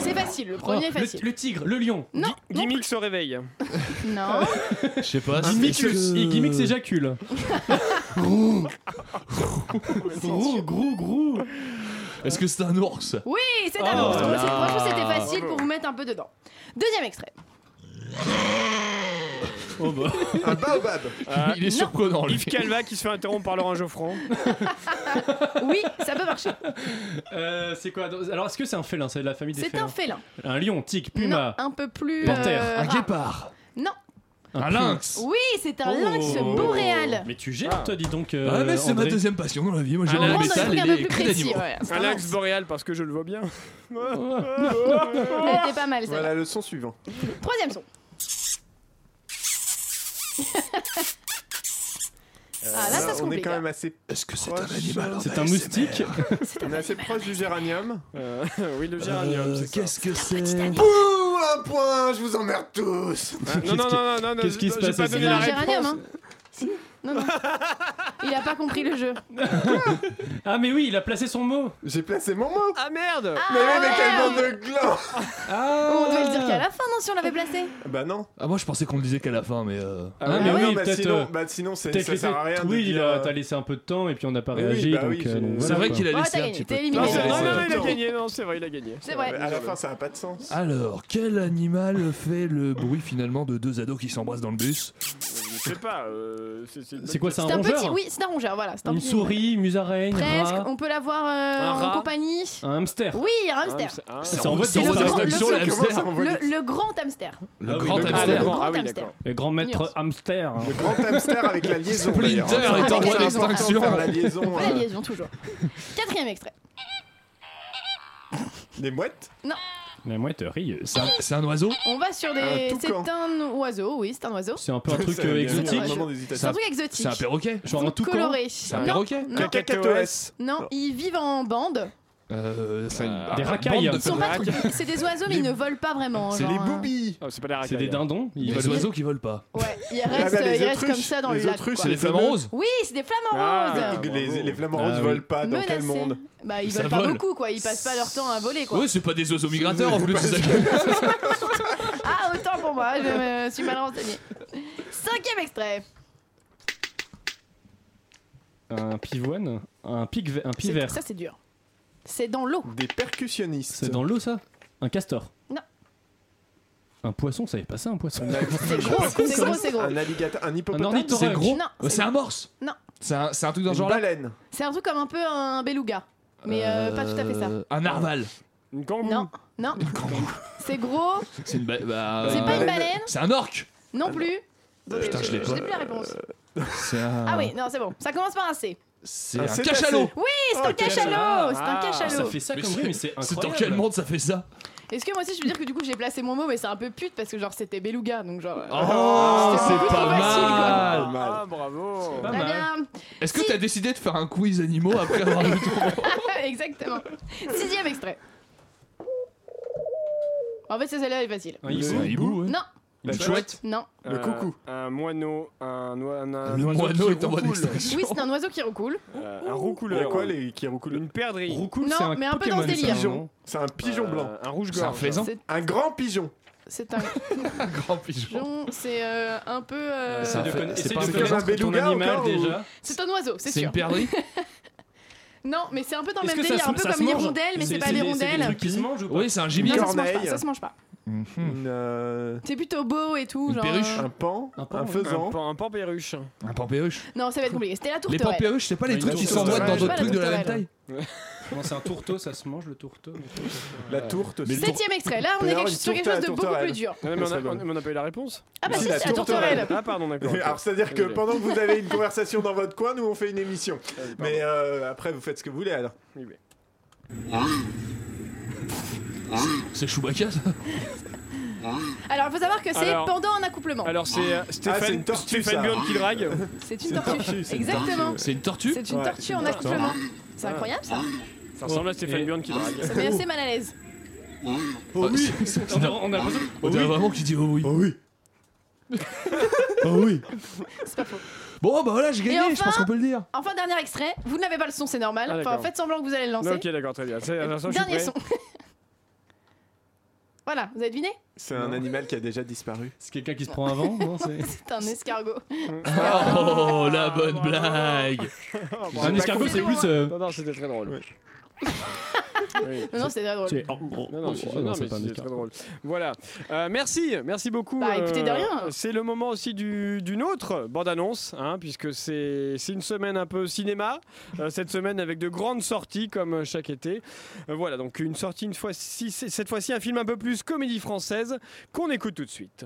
S3: C'est facile, le premier
S5: Oh,
S3: est
S5: le-
S3: facile.
S5: le,
S1: tigre, le lion.
S3: Non,
S5: Gimmick
S3: [LAUGHS]
S5: se réveille.
S3: Non.
S1: Je sais pas.
S5: c'est-
S1: Gimmick,
S5: est-ce que-
S1: et Gimmick s'éjacule.
S4: Gros, gros, gros. Est-ce que c'est un ours
S3: Oui, c'est
S4: Oh
S3: un ours.
S4: là
S3: Franchement,
S4: là.
S3: franchement,
S1: Ah,
S3: c'était facile pour vous mettre un peu dedans. Deuxième extrait.
S1: Oh bah.
S4: [LAUGHS]
S5: [LAUGHS]
S2: Un
S4: Bah,
S2: baobab.
S5: Il est surprenant. Euh, Yves Calva qui se fait interrompre par Laurent Geoffrand.
S3: Oui, ça peut marcher.
S1: Euh, c'est quoi Alors, est-ce que c'est un félin C'est de la famille des
S3: C'est
S1: félins
S3: un félin.
S1: Un lion, tigre, hein. puma,
S3: Un peu plus.
S1: panthère,
S3: euh, rare. Non.
S1: un lynx.
S3: Oui, c'est un
S1: Oh.
S3: lynx boréal.
S1: Mais tu gères, toi, dis donc. euh,
S4: Ah, mais c'est ma
S1: André. Ah,
S4: deuxième passion dans la vie. Moi,
S3: Ah,
S4: j'aime
S1: Un
S4: le
S1: lynx, un
S4: métal
S1: truc
S4: et
S1: un
S4: les
S1: peu plus
S4: cris
S1: précis,
S4: d'animaux.
S3: ouais.
S5: Un axe boréal parce que je le vois bien.
S3: [LAUGHS]
S1: Oh.
S3: Elle était pas mal, ça.
S2: Voilà le son suivant.
S3: Troisième son. Ah, là, ça se
S2: Euh, on est
S3: complique,
S2: quand
S3: hein.
S2: même assez.
S4: Est-ce que
S2: c'est un
S4: animal
S1: C'est un
S3: [LAUGHS]
S1: moustique.
S2: On est assez proche du géranium.
S5: Euh,
S2: Euh,
S5: oui, le
S2: géranium.
S4: Qu'est-ce
S3: Ah,
S4: que c'est
S2: Bouh, un point, je vous emmerde tous.
S5: Ah, non, non, non, non, non,
S1: Qu'est-ce qui se
S5: j'ai
S1: passe
S5: pas
S1: aussi
S5: donné
S3: C'est
S5: la
S3: un
S5: réponse.
S3: géranium, hein Non, non. Il a pas compris le jeu.
S1: Ah, mais oui, il a placé son mot.
S2: J'ai placé mon mot.
S5: Ah merde
S2: Mais oui, mais quel bande de gland
S1: Ah.
S3: On devait le dire qu'à la fin, non, si on l'avait placé.
S2: Bah non.
S4: Ah, moi, je pensais qu'on le disait qu'à la fin, mais. euh,
S1: Ah, mais
S2: Ah
S1: oui,
S2: non, bah
S1: peut-être.
S2: sinon-
S1: euh,
S2: bah sinon, c'est-
S1: peut-être
S2: ça sert à
S1: laisser-
S2: rien de
S1: Oui, il
S2: dire,
S1: a-
S2: euh,
S1: t'as laissé un peu de temps et puis on n'a pas
S2: Oui, oui,
S1: réagi.
S2: bah oui,
S1: donc, euh,
S2: j'ai-
S1: donc
S2: C'est
S1: voilà,
S4: vrai
S1: quoi.
S4: qu'il a
S3: Ouais,
S4: laissé
S3: t'as
S4: un
S3: gagné,
S4: petit
S3: t'es
S4: peu. de
S3: éliminé.
S4: temps.
S5: Non, non, non, il a
S2: Non.
S5: gagné, non, c'est vrai, il a gagné. Euh,
S3: C'est vrai.
S2: À la fin, ça n'a pas de sens.
S4: Alors, quel animal fait le bruit finalement de deux ados qui s'embrassent dans le bus
S5: Je sais pas. euh, c'est- c'est une
S1: C'est quoi,
S5: bonne
S1: c'est un
S3: C'est un
S1: rongeur hein.
S3: petit. Oui, c'est un rongeur, voilà. c'est un
S1: Une
S3: petit-
S1: souris, musaraigne, un
S3: Presque.
S1: rat,
S3: On peut l'avoir
S1: Un
S3: euh, en
S1: rat.
S3: compagnie.
S1: un hamster.
S3: Oui, un hamster.
S1: C'est en voie
S4: C'est le grand-
S1: d'extinction.
S4: le- Comment ça, on
S3: Le,
S4: voit les-
S3: le grand hamster.
S1: Ah
S4: Le
S1: oui,
S4: grand
S1: le-
S4: hamster.
S1: ah, le
S3: grand
S5: ah oui,
S3: hamster.
S5: d'accord.
S1: Le grand maître hamster. hein.
S2: Le grand hamster avec la liaison. d'ailleurs.
S4: Splinter est
S2: C'est
S4: en voie
S2: important de
S4: d'extinction.
S2: faire La liaison.
S3: Voilà,
S2: euh,
S3: liaison, toujours. Quatrième extrait.
S2: Des mouettes
S3: Non,
S1: La mouette rit.
S4: C'est un- C'est un oiseau
S3: on va sur des.
S2: Un toucan.
S3: c'est un oiseau, oui, c'est un oiseau.
S1: C'est un
S2: [LAUGHS]
S1: peu un truc
S2: Ça,
S1: euh,
S2: il y a un
S1: exotique.
S2: moment
S3: C'est
S2: d'hésitation.
S3: un truc exotique.
S4: C'est un perroquet
S1: Genre un toucan.
S3: coloré.
S4: C'est un
S3: Non,
S4: perroquet
S3: Non,
S2: Cacatoès.
S3: non, ils vivent en bande.
S4: Euh, c'est une-
S1: Des
S4: ah,
S1: racailles. hein,
S4: bande de
S1: Ils sont
S3: Ils sont pas
S4: racailles.
S3: trop- C'est des oiseaux, mais ils ne volent pas vraiment.
S2: C'est
S3: genre,
S2: les
S3: hein.
S2: boobies.
S5: Oh, c'est pas la racaille.
S1: C'est des dindons. Ils
S4: Les
S1: volent-
S4: oiseaux qui volent pas.
S3: Ouais, ils
S2: Ah,
S3: restent,
S2: bah, les
S3: ils restent
S2: autruches,
S3: comme ça dans
S2: les
S3: le lac.
S2: autruches,
S3: quoi.
S4: C'est les flamants
S2: fameux-
S4: roses
S3: Oui, c'est des flamants
S5: Ah,
S3: roses.
S2: Les, les flamants roses
S1: Ah, oui.
S2: volent pas dans
S3: Menacés.
S2: quel monde
S3: Bah, ils
S4: Ça
S3: volent pas
S4: vole.
S3: beaucoup, quoi. Ils passent pas leur temps à voler, quoi.
S4: Ouais, c'est pas des oiseaux migrateurs en plus. c'est ça qui-
S3: Ah, autant pour moi, je me suis mal renseignée. Cinquième extrait.
S1: Un pivoine. Un pic ve- un
S3: C'est-
S1: pivert.
S3: Ça, c'est dur. C'est dans l'eau.
S2: Des percussionnistes.
S1: C'est dans l'eau ça Un castor.
S3: Non.
S1: Un poisson, ça n'est pas ça un poisson.
S3: C'est gros, c'est gros, c'est gros.
S2: Un alligator, un
S1: Un
S2: hippopotame,
S1: ornithorynque.
S4: C'est gros
S3: Non,
S4: Ouais, C'est un morse
S3: Non.
S4: C'est un, c'est un truc dans
S2: une
S4: ce genre là
S2: baleine.
S3: C'est un truc comme un peu un beluga. Mais euh, pas tout à fait ça.
S4: Un narval
S5: Une kangourou.
S3: Non, non. C'est gros,
S4: C'est une ba- bah,
S3: c'est pas une
S2: baleine.
S3: baleine,
S4: C'est un orque
S3: non plus.
S4: Ah, Putain, je l'ai
S3: J'ai
S4: pas. Euh,
S3: plus la réponse.
S4: C'est un.
S3: Ah oui, non, c'est bon. Ça commence par un C.
S4: C'est
S2: Ah,
S4: un
S2: c'est
S4: cachalot
S2: assez.
S3: Oui, c'est
S2: Oh,
S3: un cachalot. C'est un
S1: Ça
S3: cachalot.
S1: fait ça
S4: Mais
S1: comme bruit, mais c'est
S4: C'est
S1: incroyable.
S4: dans quel monde ça fait ça
S3: Est-ce que moi aussi je veux dire que du coup j'ai placé mon mot, mais c'est un peu pute parce que genre c'était beluga, donc genre. euh,
S4: Oh,
S3: c'est
S4: c'est
S3: beaucoup
S4: pas
S3: trop facile,
S4: mal
S5: Ah, bravo
S1: Pas
S3: Très
S1: mal.
S3: bien.
S4: Est-ce que t'as décidé de faire un quiz animaux après avoir le tour
S3: [LAUGHS] Exactement. Sixième extrait. En fait, ce celle-là est facile.
S5: Un hibou. Un hibou, ouais.
S3: Non.
S5: Une Euh, Bah, chouette
S3: Non.
S5: Un- Un moineau, un, noi- un, un
S4: Le
S5: oiseau
S4: moineau
S5: qui
S4: est en mode
S5: roucoule.
S4: extinction.
S3: Oui, c'est un oiseau qui recoule.
S5: Euh, un roucouleur.
S2: Il y a quoi,
S5: les qui roucoule Une perdrix.
S3: Roucoule, Non, c'est un mais un peu dans ce Pokémon, ça, délire. non
S2: C'est un pigeon blanc.
S5: Euh, Un rouge-gorge.
S3: C'est-
S2: Un grand pigeon.
S3: C'est un
S4: grand pigeon.
S3: pigeon, c'est euh, un peu. euh,
S1: Essaye de
S2: fait-
S1: conna-
S2: c'est
S1: essaye
S2: pas-
S1: de
S2: c'est
S1: connaître
S2: comme un
S1: ton
S2: beluga
S1: animal,
S2: encore, ou-
S1: déjà.
S3: C'est un oiseau, c'est sûr.
S1: C'est une perdrix
S3: [LAUGHS] Non, mais c'est un peu dans le
S1: Est-ce
S3: même
S1: que ça
S3: délire,
S1: se-
S3: un peu
S1: ça se
S3: comme les
S1: mange
S3: rondelles, mais
S1: C'est-
S3: c'est pas
S1: c'est
S3: les
S1: des- c'est des
S3: rondelles.
S1: trucs qui se mangent ou pas
S4: Oui, c'est un
S3: Non,
S4: gibier.
S3: ça se mange pas. Ça se mange pas.
S2: Une, euh,
S3: C'est plutôt beau et tout. genre, euh,
S2: Un pan. Un,
S5: pan, oui.
S2: faisan.
S5: Un pan, un pan perruche.
S4: Un pampéruche.
S3: Non, ça va être compliqué. C'était la
S4: Les
S3: tourterelle.
S4: pampéruches, c'est pas les
S1: Une
S4: trucs qui
S1: tourterelle.
S4: s'emboîtent dans
S3: je
S4: d'autres
S1: Ouais,
S3: sais pas,
S4: trucs de
S3: la
S4: la même taille.
S1: Non, c'est un tourteau, ça se mange le tourteau.
S2: La tourte.
S3: Septième extrait. Là, on est quelque- sur quelque chose de beaucoup plus dur.
S5: Non, Ah, mais on a-
S2: C'est bon.
S5: on- mais on n'a pas eu la réponse.
S3: Ah bah
S2: Si,
S3: si,
S2: la
S3: c'est la tourterelle.
S5: Ah, pardon, d'accord.
S2: Alors, c'est-à-dire que
S5: Désolé.
S2: pendant que vous avez
S5: [LAUGHS]
S2: une conversation dans votre coin, nous on fait une émission.
S5: Vas-y, pardon.
S2: Mais euh, après, vous faites ce que vous voulez alors.
S5: Oui, mais-
S4: C'est Chewbacca ça
S3: Alors, il faut savoir que c'est
S5: Alors-
S3: pendant un accouplement.
S5: Alors, c'est euh,
S2: Ah, c'est une
S5: Stéphane
S2: tortue, ça.
S5: Stéphane Bjorn qui drague.
S3: C'est une tortue. Exactement.
S4: C'est une tortue
S3: C'est une
S2: Ouais,
S3: tortue
S2: c'est
S3: en
S2: une tortue.
S3: accouplement. C'est incroyable ça.
S5: Ça ressemble à Stéphane Bjorn qui drague.
S3: Ah, Ça met assez mal à l'aise.
S2: Oh oui
S1: [LAUGHS] On a- on a besoin.
S4: On dirait vraiment qu'il dit oh oui.
S2: Oh
S4: [LAUGHS]
S2: oui Oh oui
S3: C'est pas faux.
S4: Bon, bah voilà, j'ai
S3: Et
S4: gagné, je
S3: enfin-
S4: pense qu'on peut le dire.
S3: Enfin, dernier extrait. Vous n'avez pas le son, c'est normal.
S5: Ah,
S3: enfin,
S5: d'accord.
S3: faites semblant que vous allez le lancer.
S5: Non, ok, d'accord, très bien. C'est- attention, je suis
S3: Dernier
S5: prêt.
S3: son. [LAUGHS] voilà, vous avez deviné
S2: C'est un animal qui a déjà disparu.
S1: C'est quelqu'un qui se prend avant non, c'est-
S3: [LAUGHS] C'est un escargot.
S4: Oh, la bonne blague
S1: Un escargot, c'est plus. euh,
S5: Non, non, c'était très drôle. Oui.
S3: Non, non, c'est très drôle.
S1: c'est-
S5: Non, non, c'est-
S1: Oh, non,
S5: non,
S1: c'est
S5: mais
S1: pas un
S5: c'est très
S1: escargot.
S5: drôle. Voilà. Euh, merci, merci beaucoup. Euh,
S3: Bah, écoutez, de rien.
S5: C'est le moment aussi du- d'une autre bande-annonce, hein, puisque c'est c'est une semaine un peu cinéma, euh, cette semaine avec de grandes sorties comme euh, chaque été. Euh, voilà, donc une sortie, une fois ci cette fois-ci un film un peu plus comédie française qu'on écoute tout de suite.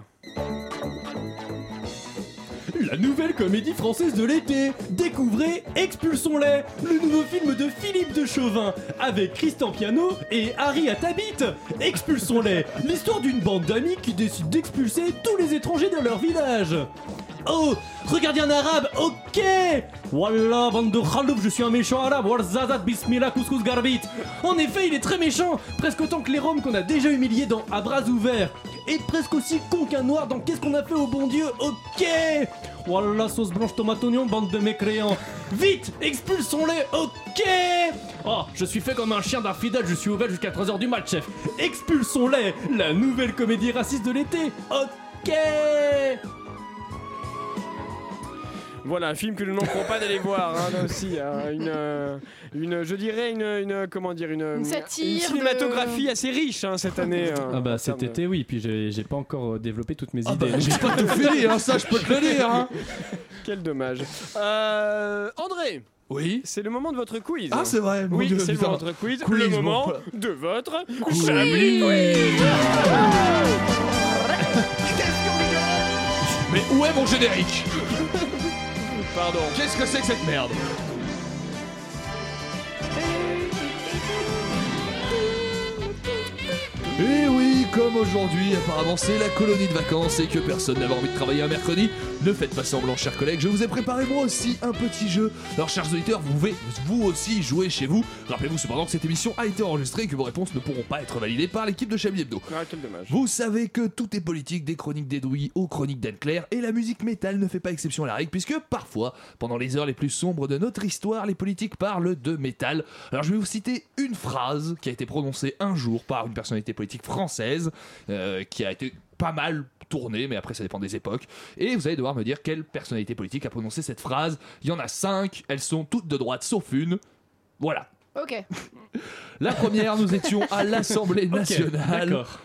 S1: La nouvelle comédie française de l'été Découvrez Expulsons-les Le nouveau film de Philippe de Chauvin avec Christian Piano et Harry Atabit Expulsons-les L'histoire d'une bande d'amis qui décide d'expulser tous les étrangers dans leur village Oh Regardez un arabe Ok Wallah, bande de khaloub, je suis un méchant arabe Walzazat, bismillah, couscous garbit En effet, il est très méchant Presque autant que les Roms qu'on a déjà humiliés dans À bras ouverts Et presque aussi con qu'un noir dans Qu'est-ce qu'on a fait au bon Dieu Ok Wallah, sauce blanche, tomate, oignon, bande de mécréants Vite Expulsons-les Ok Oh, je suis fait comme un chien d'infidèle, je suis ouvert jusqu'à 3h du match, chef Expulsons-les La nouvelle comédie raciste de l'été Ok
S5: Voilà, un film que nous n'encourons pas d'aller voir, hein, là aussi. hein, une, euh, une, je dirais une, une- comment dire, une,
S3: Une satire
S5: une cinématographie assez riche hein, cette année. hein,
S1: Ah bah
S5: en
S1: cet
S5: termes de-
S1: été oui, puis j'ai j'ai pas encore euh, développé toutes mes idées. [LAUGHS]
S4: Bah, J'ai pas tout fini, hein, ça je peux te le dire. Hein.
S5: Quel dommage. Euh, André,
S4: Oui
S5: c'est le moment de votre quiz.
S4: Ah, c'est vrai, mon
S5: oui,
S4: dieu,
S5: c'est le
S4: putain.
S5: moment de votre quiz,
S4: Quiz,
S5: le
S4: mon
S5: moment
S4: pote.
S5: de votre
S4: Oui.
S5: Chablis
S4: Mais où est mon générique
S5: Pardon.
S4: Qu'est-ce que c'est que cette merde Et Eh oui, comme aujourd'hui, apparemment c'est la colonie de vacances et que personne n'avait envie de travailler un mercredi, ne faites pas semblant, chers collègues, je vous ai préparé moi aussi un petit jeu. Alors, chers auditeurs, vous pouvez vous aussi jouer chez vous. Rappelez-vous cependant que cette émission a été enregistrée et que vos réponses ne pourront pas être validées par l'équipe de Chablis Hebdo.
S5: Ah, quel dommage.
S4: Vous savez que tout est politique, des chroniques d'Edoui aux chroniques d'Anne Claire, et la musique métal ne fait pas exception à la règle, puisque parfois, pendant les heures les plus sombres de notre histoire, les politiques parlent de métal. Alors je vais vous citer une phrase qui a été prononcée un jour par une personnalité politique française, euh, qui a été pas mal tournée, mais après ça dépend des époques, et vous allez devoir me dire quelle personnalité politique a prononcé cette phrase. Il y en a cinq, elles sont toutes de droite sauf une. Voilà.
S3: Ok.
S4: La première, nous étions à l'Assemblée nationale.
S1: D'accord.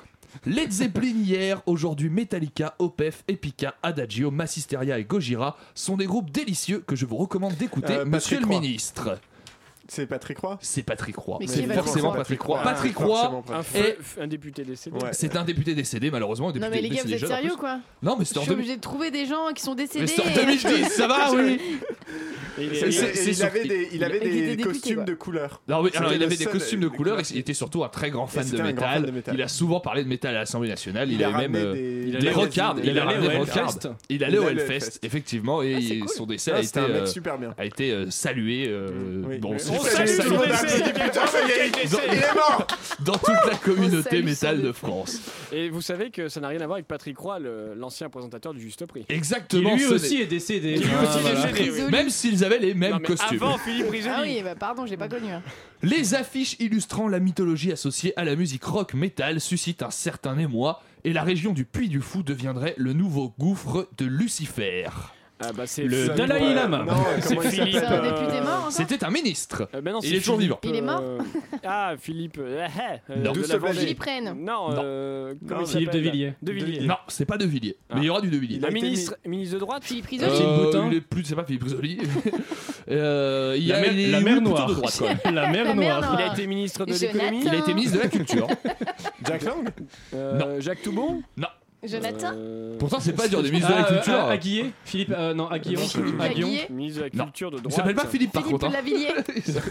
S4: Led Zeppelin hier, aujourd'hui Metallica, Opeth, Epica, Adagio, Massisteria et Gojira sont des groupes délicieux que je vous recommande d'écouter,
S2: Euh,
S4: monsieur
S2: Patrick
S4: le
S2: Roy.
S4: ministre.
S2: C'est Patrick Roy
S4: C'est Patrick Roy.
S3: Mais qui
S4: C'est
S3: va
S4: forcément
S3: dire ça
S4: Patrick Roy. Patrick
S2: Ah,
S4: Roy,
S2: forcément,
S5: Un,
S2: Patrick.
S5: feu- Oh, un député décédé.
S2: Ouais.
S4: c'est un député décédé, malheureusement. un
S3: Non,
S4: député
S3: mais les gars, vous
S4: décédé
S3: êtes
S4: jeune, en plus.
S3: sérieux quoi
S4: Non, mais
S3: Je
S4: c'était en
S3: suis
S4: deux-
S3: obligé de trouver des gens qui sont [LAUGHS]
S4: mais
S3: décédés.
S4: c'était en
S3: et-
S4: 2010, ça va, oui.
S5: Et
S2: Il,
S4: C'est- c'est- c'est sur-
S2: avait des, il avait
S4: il était
S2: des
S4: député,
S2: costumes
S4: quoi.
S2: de couleur.
S4: Non, oui,
S2: C'était
S4: alors il
S2: le
S4: avait des
S2: seul-
S4: costumes de couleur et il était surtout un très grand fan, de
S2: c'était un grand
S4: métal.
S2: fan de métal.
S4: Il a souvent parlé de métal à l'Assemblée nationale. Il,
S2: Il a
S4: avait même
S2: ramené
S4: euh,
S2: des-
S4: des,
S2: Il allait-
S4: rocards.
S2: il
S4: Il, a
S2: allait
S4: ramené
S2: au
S4: des
S2: Hellfest.
S4: rocards. Il allait au Hellfest, effectivement, et son décès
S2: Ah,
S4: a
S2: c'était
S4: été,
S2: un mec
S4: euh,
S2: super bien.
S4: a été euh, salué. euh, bon,
S2: oui.
S4: c'est-
S2: On
S4: c'est-
S2: salue
S4: c'est-
S2: son
S4: c'est-
S2: décès,
S4: c'est-
S2: putain, ça y est, il est
S4: dans-
S2: décédé, il est mort
S4: [LAUGHS] Dans toute la
S5: On salue
S4: communauté
S5: son
S4: métal de
S5: décès.
S4: France.
S5: Et vous savez que ça n'a rien à voir avec Patrick Roy, le- l'ancien présentateur du Juste Prix.
S4: Exactement.
S1: Qui lui
S4: ce
S1: aussi
S4: n'est-
S1: est décédé.
S4: Qui lui
S1: Ah,
S4: aussi est
S1: voilà.
S4: décédé,
S1: Isolé.
S4: Même s'ils avaient les mêmes
S1: Non, mais
S4: costumes.
S5: avant Philippe Risoli.
S3: Ah oui, bah pardon, je l'ai pas connu. hein.
S4: Les affiches illustrant la mythologie associée à la musique rock metal suscitent un certain émoi et la région du Puy du Fou deviendrait le nouveau gouffre de Lucifer.
S5: Ah bah c'est
S4: Le
S5: Philippe,
S4: Dalai
S5: euh,
S4: Lama.
S5: non,
S4: C'est
S5: comment il
S4: Philippe,
S5: s'appelle,
S4: euh,
S5: euh,
S4: C'était un ministre.
S5: Euh, bah non,
S4: Il
S5: c'est
S4: est toujours
S5: Philippe,
S4: vivant. Il
S3: est mort [LAUGHS]
S5: euh, Ah, Philippe. euh, eh, euh,
S4: Non.
S5: de
S4: Douce
S5: la Vendée.
S3: Philippe Rennes.
S5: Non, euh, comment
S1: Non,
S5: il
S1: Philippe
S5: s'appelle
S1: de Villiers.
S5: De Villiers. Ah.
S4: Non, c'est pas De Villiers. Mais il y aura du De Villiers.
S5: Un ministre, ministre de droite
S3: Philippe
S4: Euh, il est plus, c'est pas Philippe Risoli. Euh, il y
S1: La
S4: a-
S1: mer-
S4: il est
S1: la mer
S4: plutôt
S1: noire.
S4: de droite, quand même.
S1: [LAUGHS] La mer La mer noire. noire.
S5: Il a été ministre de
S3: Jonathan.
S5: l'économie.
S4: Il a été ministre de la culture.
S5: Jack Lang
S4: Non.
S5: Euh, Jacques Toubon
S4: Non.
S3: Jonathan
S4: Pourtant, c'est pas dur des ministres de la
S1: Ah, euh,
S4: culture.
S1: ah, Aguillet Philippe, euh, non, Aguillon.
S3: Philippe
S1: Aguillon.
S3: Aguillet.
S5: Ministre de la
S4: Non.
S5: culture de
S4: Il
S5: droite.
S4: s'appelle pas Philippe par
S3: Philippe
S4: contre. hein.
S3: Lavillier.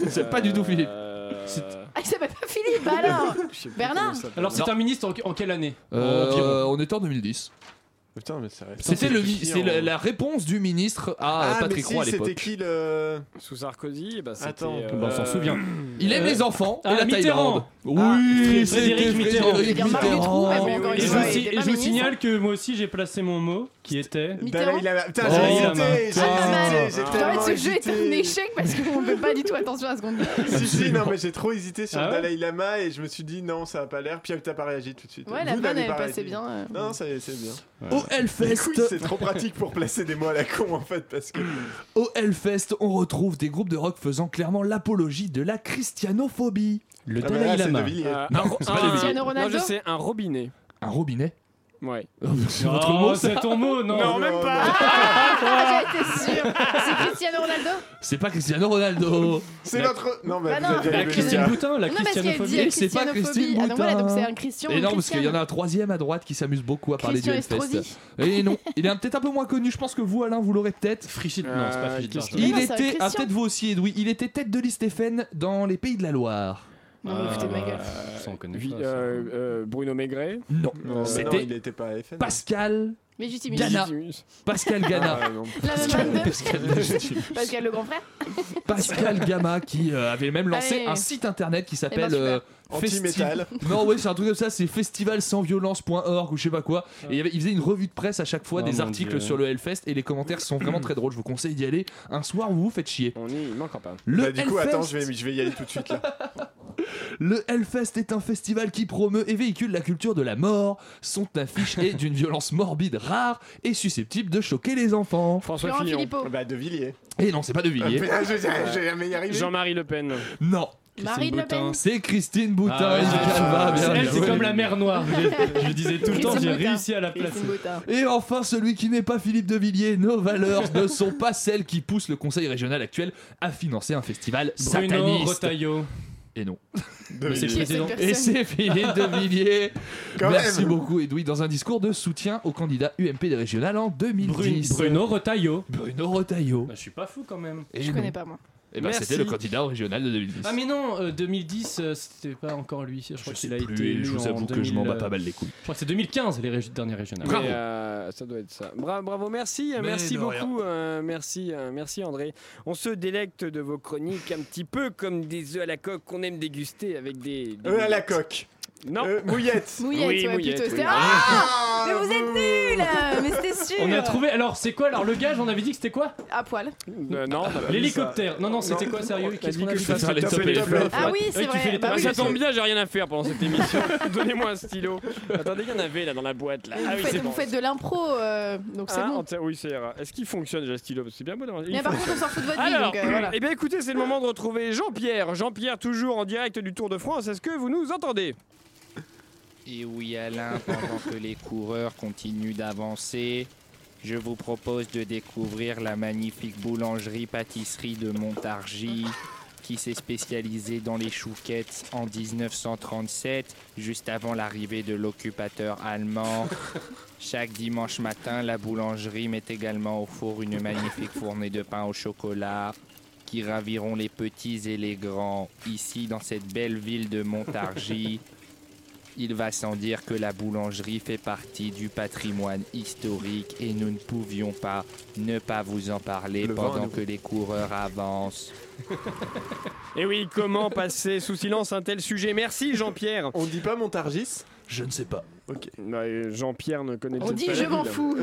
S4: C'est pas du tout Philippe.
S3: Ah, il s'appelle pas Philippe, bah alors Bernard
S1: Alors, c'est
S4: Non.
S1: un ministre en, en quelle année
S4: Euh,
S1: Environ.
S4: on était en 2010.
S2: Putain, mais ça reste-
S4: C'était le, vi-
S2: qui
S4: c'est
S2: en-
S4: la, la réponse du ministre à euh,
S2: Ah, mais
S4: Patrick
S2: si,
S4: Roy à
S2: C'était
S4: l'époque.
S2: qui le.
S5: Sous Sarkozy, bah, c'était.
S2: euh, Attends.
S5: euh,
S1: Bah, on s'en souvient.
S4: Il aime
S1: Euh,
S4: les enfants et
S1: ah,
S4: la Thaïlande.
S1: Mitterrand. Ah.
S4: Oui,
S1: Fré- Frédéric
S4: c'était
S1: Mitterrand.
S4: Frédéric
S3: Il y a Marc Dutroux,
S4: Mitterrand.
S3: mais bon, encore une
S1: Et je,
S3: fois,
S1: vous
S3: il
S1: si-
S3: était
S1: et
S3: pas
S1: je vous
S3: ministre.
S1: signale que moi aussi j'ai placé mon mot qui était.
S3: Mitterrand
S2: Dalai Lama. Putain,
S1: Oh,
S2: j'ai
S1: Dalai Lama.
S2: hésité,
S3: bah,
S2: j'ai
S1: Ah.
S2: hésité, j'ai
S1: Ah.
S3: En
S2: tellement
S3: fait, ce jeu est un
S2: hésité. Oh,
S3: échec parce qu'on ne fait pas du tout attention à ce
S2: [LAUGHS]
S3: qu'on dit.
S2: Si, si, non, mais j'ai trop hésité sur
S1: Ah ouais
S2: Dalai Lama et je me suis dit non, ça a pas l'air. Puis t'as pas réagi tout de suite.
S3: Ouais, la
S2: Vous
S3: vanne,
S2: n'avez
S3: elle
S2: pas
S3: passait
S2: réagi.
S3: bien, euh.
S2: Non, ça- c'est bien.
S4: Au
S2: Les quiz,
S4: Hellfest,
S2: c'est trop pratique pour placer des mots à la con en fait parce que.
S4: au Hellfest, on retrouve des groupes de rock faisant clairement l'apologie de la christianophobie.
S1: Le
S2: Ah, mais là,
S1: Dalai
S2: c'est
S1: Lama.
S2: de Villiers.
S5: euh,
S4: Non, c'est pas
S5: un-
S4: les
S3: Cristiano
S5: Non,
S3: Ronaldo
S5: je sais, un robinet.
S4: Un robinet
S5: Ouais.
S4: C'est votre
S1: Oh,
S4: mot,
S1: c'est
S4: ça
S1: ton mot, non
S5: Non, même pas.
S3: Ah, j'étais sûre C'est Cristiano Ronaldo
S4: C'est pas Cristiano Ronaldo.
S2: [LAUGHS] C'est votre. Non, mais
S3: Bah
S2: vous
S3: non.
S2: avez bien
S1: La
S2: aimé,
S1: Christine
S2: les gars.
S1: Boutin, la
S3: Non, parce qu'elle
S1: christianophobie.
S3: dit
S4: C'est pas
S3: christianophobie.
S4: Christine
S3: Ah, donc voilà, donc
S4: Boutin.
S3: c'est un Christian.
S4: Et
S3: ou
S4: non, parce qu'il y en
S3: Christiane.
S4: a un troisième à droite qui s'amuse beaucoup à parler du
S3: Christian
S4: Hellfest.
S3: Estrosi.
S4: Et non, il est un- peut-être un peu moins connu. Je pense que vous, Alain, vous l'aurez peut-être.
S1: Frigide, non, c'est pas
S5: Euh,
S1: Frigide.
S5: qu'est-ce
S1: Largent.
S3: Mais
S4: Il
S3: non, c'est un
S4: était, ah,
S3: Christian.
S4: peut-être vous aussi, Edoui, il était tête de liste FN dans les Pays de la Loire.
S3: Non, mais foutez de ma gueule.
S1: Euh, Ça, on connaît
S5: Vi-
S1: pas, ça.
S5: euh, euh, Bruno Maigret.
S4: Non,
S2: Non, mais non,
S4: c'était
S2: il était pas à FN.
S4: Pascal,
S3: Mais Justine
S4: Gana. Ghana.
S5: Légitimus.
S4: Pascal Ghana.
S2: Ah, non.
S3: La même vanne de [LAUGHS]
S4: Pascal, Légitimus.
S3: Pascal le grand frère
S4: Pascal Gamma qui euh, avait même lancé
S3: Allez.
S4: un site internet qui
S3: Eh ben,
S4: s'appelle
S3: super.
S4: euh, Festi-
S2: Anti-métal.
S4: Non, ouais, c'est un truc comme ça, c'est festivalsansviolence.org ou je sais pas quoi. Et il, y avait- il faisait une revue de presse à chaque fois,
S1: Oh
S4: des
S1: mon
S4: articles
S1: Dieu.
S4: sur le Hellfest et les commentaires sont vraiment très drôles. Je vous conseille d'y aller un soir où vous vous faites chier.
S5: On y il manque pas.
S4: Le
S2: Bah, du coup,
S4: Hellfest-
S2: attends, je vais, je vais y aller tout de suite là.
S5: [LAUGHS]
S4: Le Hellfest est un festival qui promeut et véhicule la culture de la mort. Son affiche est d'une violence morbide rare et susceptible de choquer les enfants.
S5: François
S3: Laurent
S5: Fillon.
S3: Philippot.
S2: Bah, de Villiers.
S4: Et non, c'est pas de Villiers.
S2: Ah, je j'ai jamais y arrivé.
S5: Jean-Marie Le Pen.
S4: Non,
S3: Marine Le Pen.
S4: c'est Christine Boutin.
S1: Ah ouais,
S4: et
S1: c'est-
S4: Calva, bien
S1: Elle, c'est
S4: joué.
S1: comme la mer noire. Je, je disais tout le temps,
S3: Christine
S1: j'ai
S3: Boutin.
S1: réussi à la placer.
S3: Christine Boutin.
S4: Et enfin, celui qui n'est pas Philippe de Villiers, nos valeurs ne sont pas celles qui poussent le conseil régional actuel à financer un festival
S1: Bruno
S4: sataniste.
S1: Retailleau.
S4: Et non.
S2: De
S1: Mais c'est le
S3: Qui est
S2: Villiers.
S3: cette
S1: président.
S4: Et
S3: personne
S4: c'est Philippe de Villiers.
S2: Quand
S4: Merci
S2: même.
S4: beaucoup, Edoui, dans un discours de soutien au candidat UMP des régionales en
S1: Brune-
S4: 2010.
S1: Bruno Retailleau.
S4: Bruno Retailleau.
S1: Bah, je suis pas fou quand même.
S4: Et
S3: Je
S4: non.
S3: connais pas moi.
S4: Eh ben,
S1: Merci.
S4: c'était le candidat au régional de 2010.
S1: Ah mais non, euh, 2010, euh, c'était pas encore lui. Je crois
S4: je
S1: qu'il
S4: sais
S1: a été.
S4: plus,
S1: élu
S4: je vous
S1: en
S4: avoue que je m'en
S1: 2000,
S4: bats pas mal les couilles.
S1: Je crois que c'est 2015 les régi- derniers régionales.
S4: Bravo.
S5: Mais, euh, ça doit être ça. Bra- bravo, merci, euh,
S4: Mais
S5: merci
S4: de rien.
S5: beaucoup, euh, merci, euh, merci André. On se délecte de vos chroniques un petit peu comme des œufs à la coque qu'on aime déguster avec des. des
S2: Eux Euh, à la
S5: mouillettes.
S2: coque.
S5: Non.
S2: Euh, mouillette.
S3: Mouillette,
S5: Oui,
S3: ouais,
S5: Mouillette,
S3: plutôt.
S5: oui.
S3: C'était- Ah Mais vous êtes nuls euh, Mais c'était sûr
S1: Oh. On a trouvé. Alors c'est quoi Alors le gage, on avait dit que c'était quoi
S3: À poil.
S5: Euh, non. bah,
S1: L'hélicoptère. Non non, c'était
S2: Non.
S1: quoi sérieux Qu'est-ce
S5: dit
S1: qu'on a
S5: que
S1: dit
S5: ça
S1: ça
S4: serait les
S2: top
S4: top
S2: et
S4: et les
S2: top.
S4: flops.
S3: Ah oui, c'est
S1: tu fais
S3: vrai.
S1: les
S3: Bah
S5: bah,
S3: oui,
S5: ça
S3: bien sûr.
S5: tombe bien, j'ai rien à faire pendant
S1: [LAUGHS]
S5: cette émission. Donnez-moi un stylo. Attendez, il y en avait là dans la boîte. Là.
S3: Et
S5: Ah
S3: vous
S5: oui,
S3: faites-
S5: c'est bon.
S3: vous faites de l'impro, euh, donc c'est
S5: Hein, en
S3: bon.
S5: t- oui, c'est rare. Est-ce qu'il fonctionne déjà le stylo Parce que C'est bien beau d'avoir. il
S3: Mais par contre, on s'en fout de votre vie,
S5: Alors,
S3: donc euh, voilà.
S5: eh bien écoutez, c'est le moment de retrouver Jean-Pierre. Jean-Pierre, toujours en direct du Tour de France. Est-ce que vous nous entendez
S6: Et oui, Alain, pendant que les coureurs continuent d'avancer, je vous propose de découvrir la magnifique boulangerie-pâtisserie de Montargis qui s'est spécialisé dans les chouquettes en 1937, juste avant l'arrivée de l'occupateur allemand. Chaque dimanche matin, la boulangerie met également au four une magnifique fournée de pain au chocolat qui raviront les petits et les grands. Ici, dans cette belle ville de Montargis, il va sans dire que la boulangerie fait partie du patrimoine historique et nous ne pouvions pas ne pas vous en parler
S5: Le vent à
S6: pendant
S5: nouveau.
S6: que les coureurs avancent.
S5: Et Eh oui,
S3: [LAUGHS]
S5: comment passer sous silence un tel sujet Merci Jean-Pierre. On dit pas Montargis
S4: Je ne sais pas.
S5: Ok. Bah, euh, Jean-Pierre ne connaît
S3: On
S5: peut-être
S3: dit
S5: pas la
S3: je
S5: ville.
S3: m'en fous.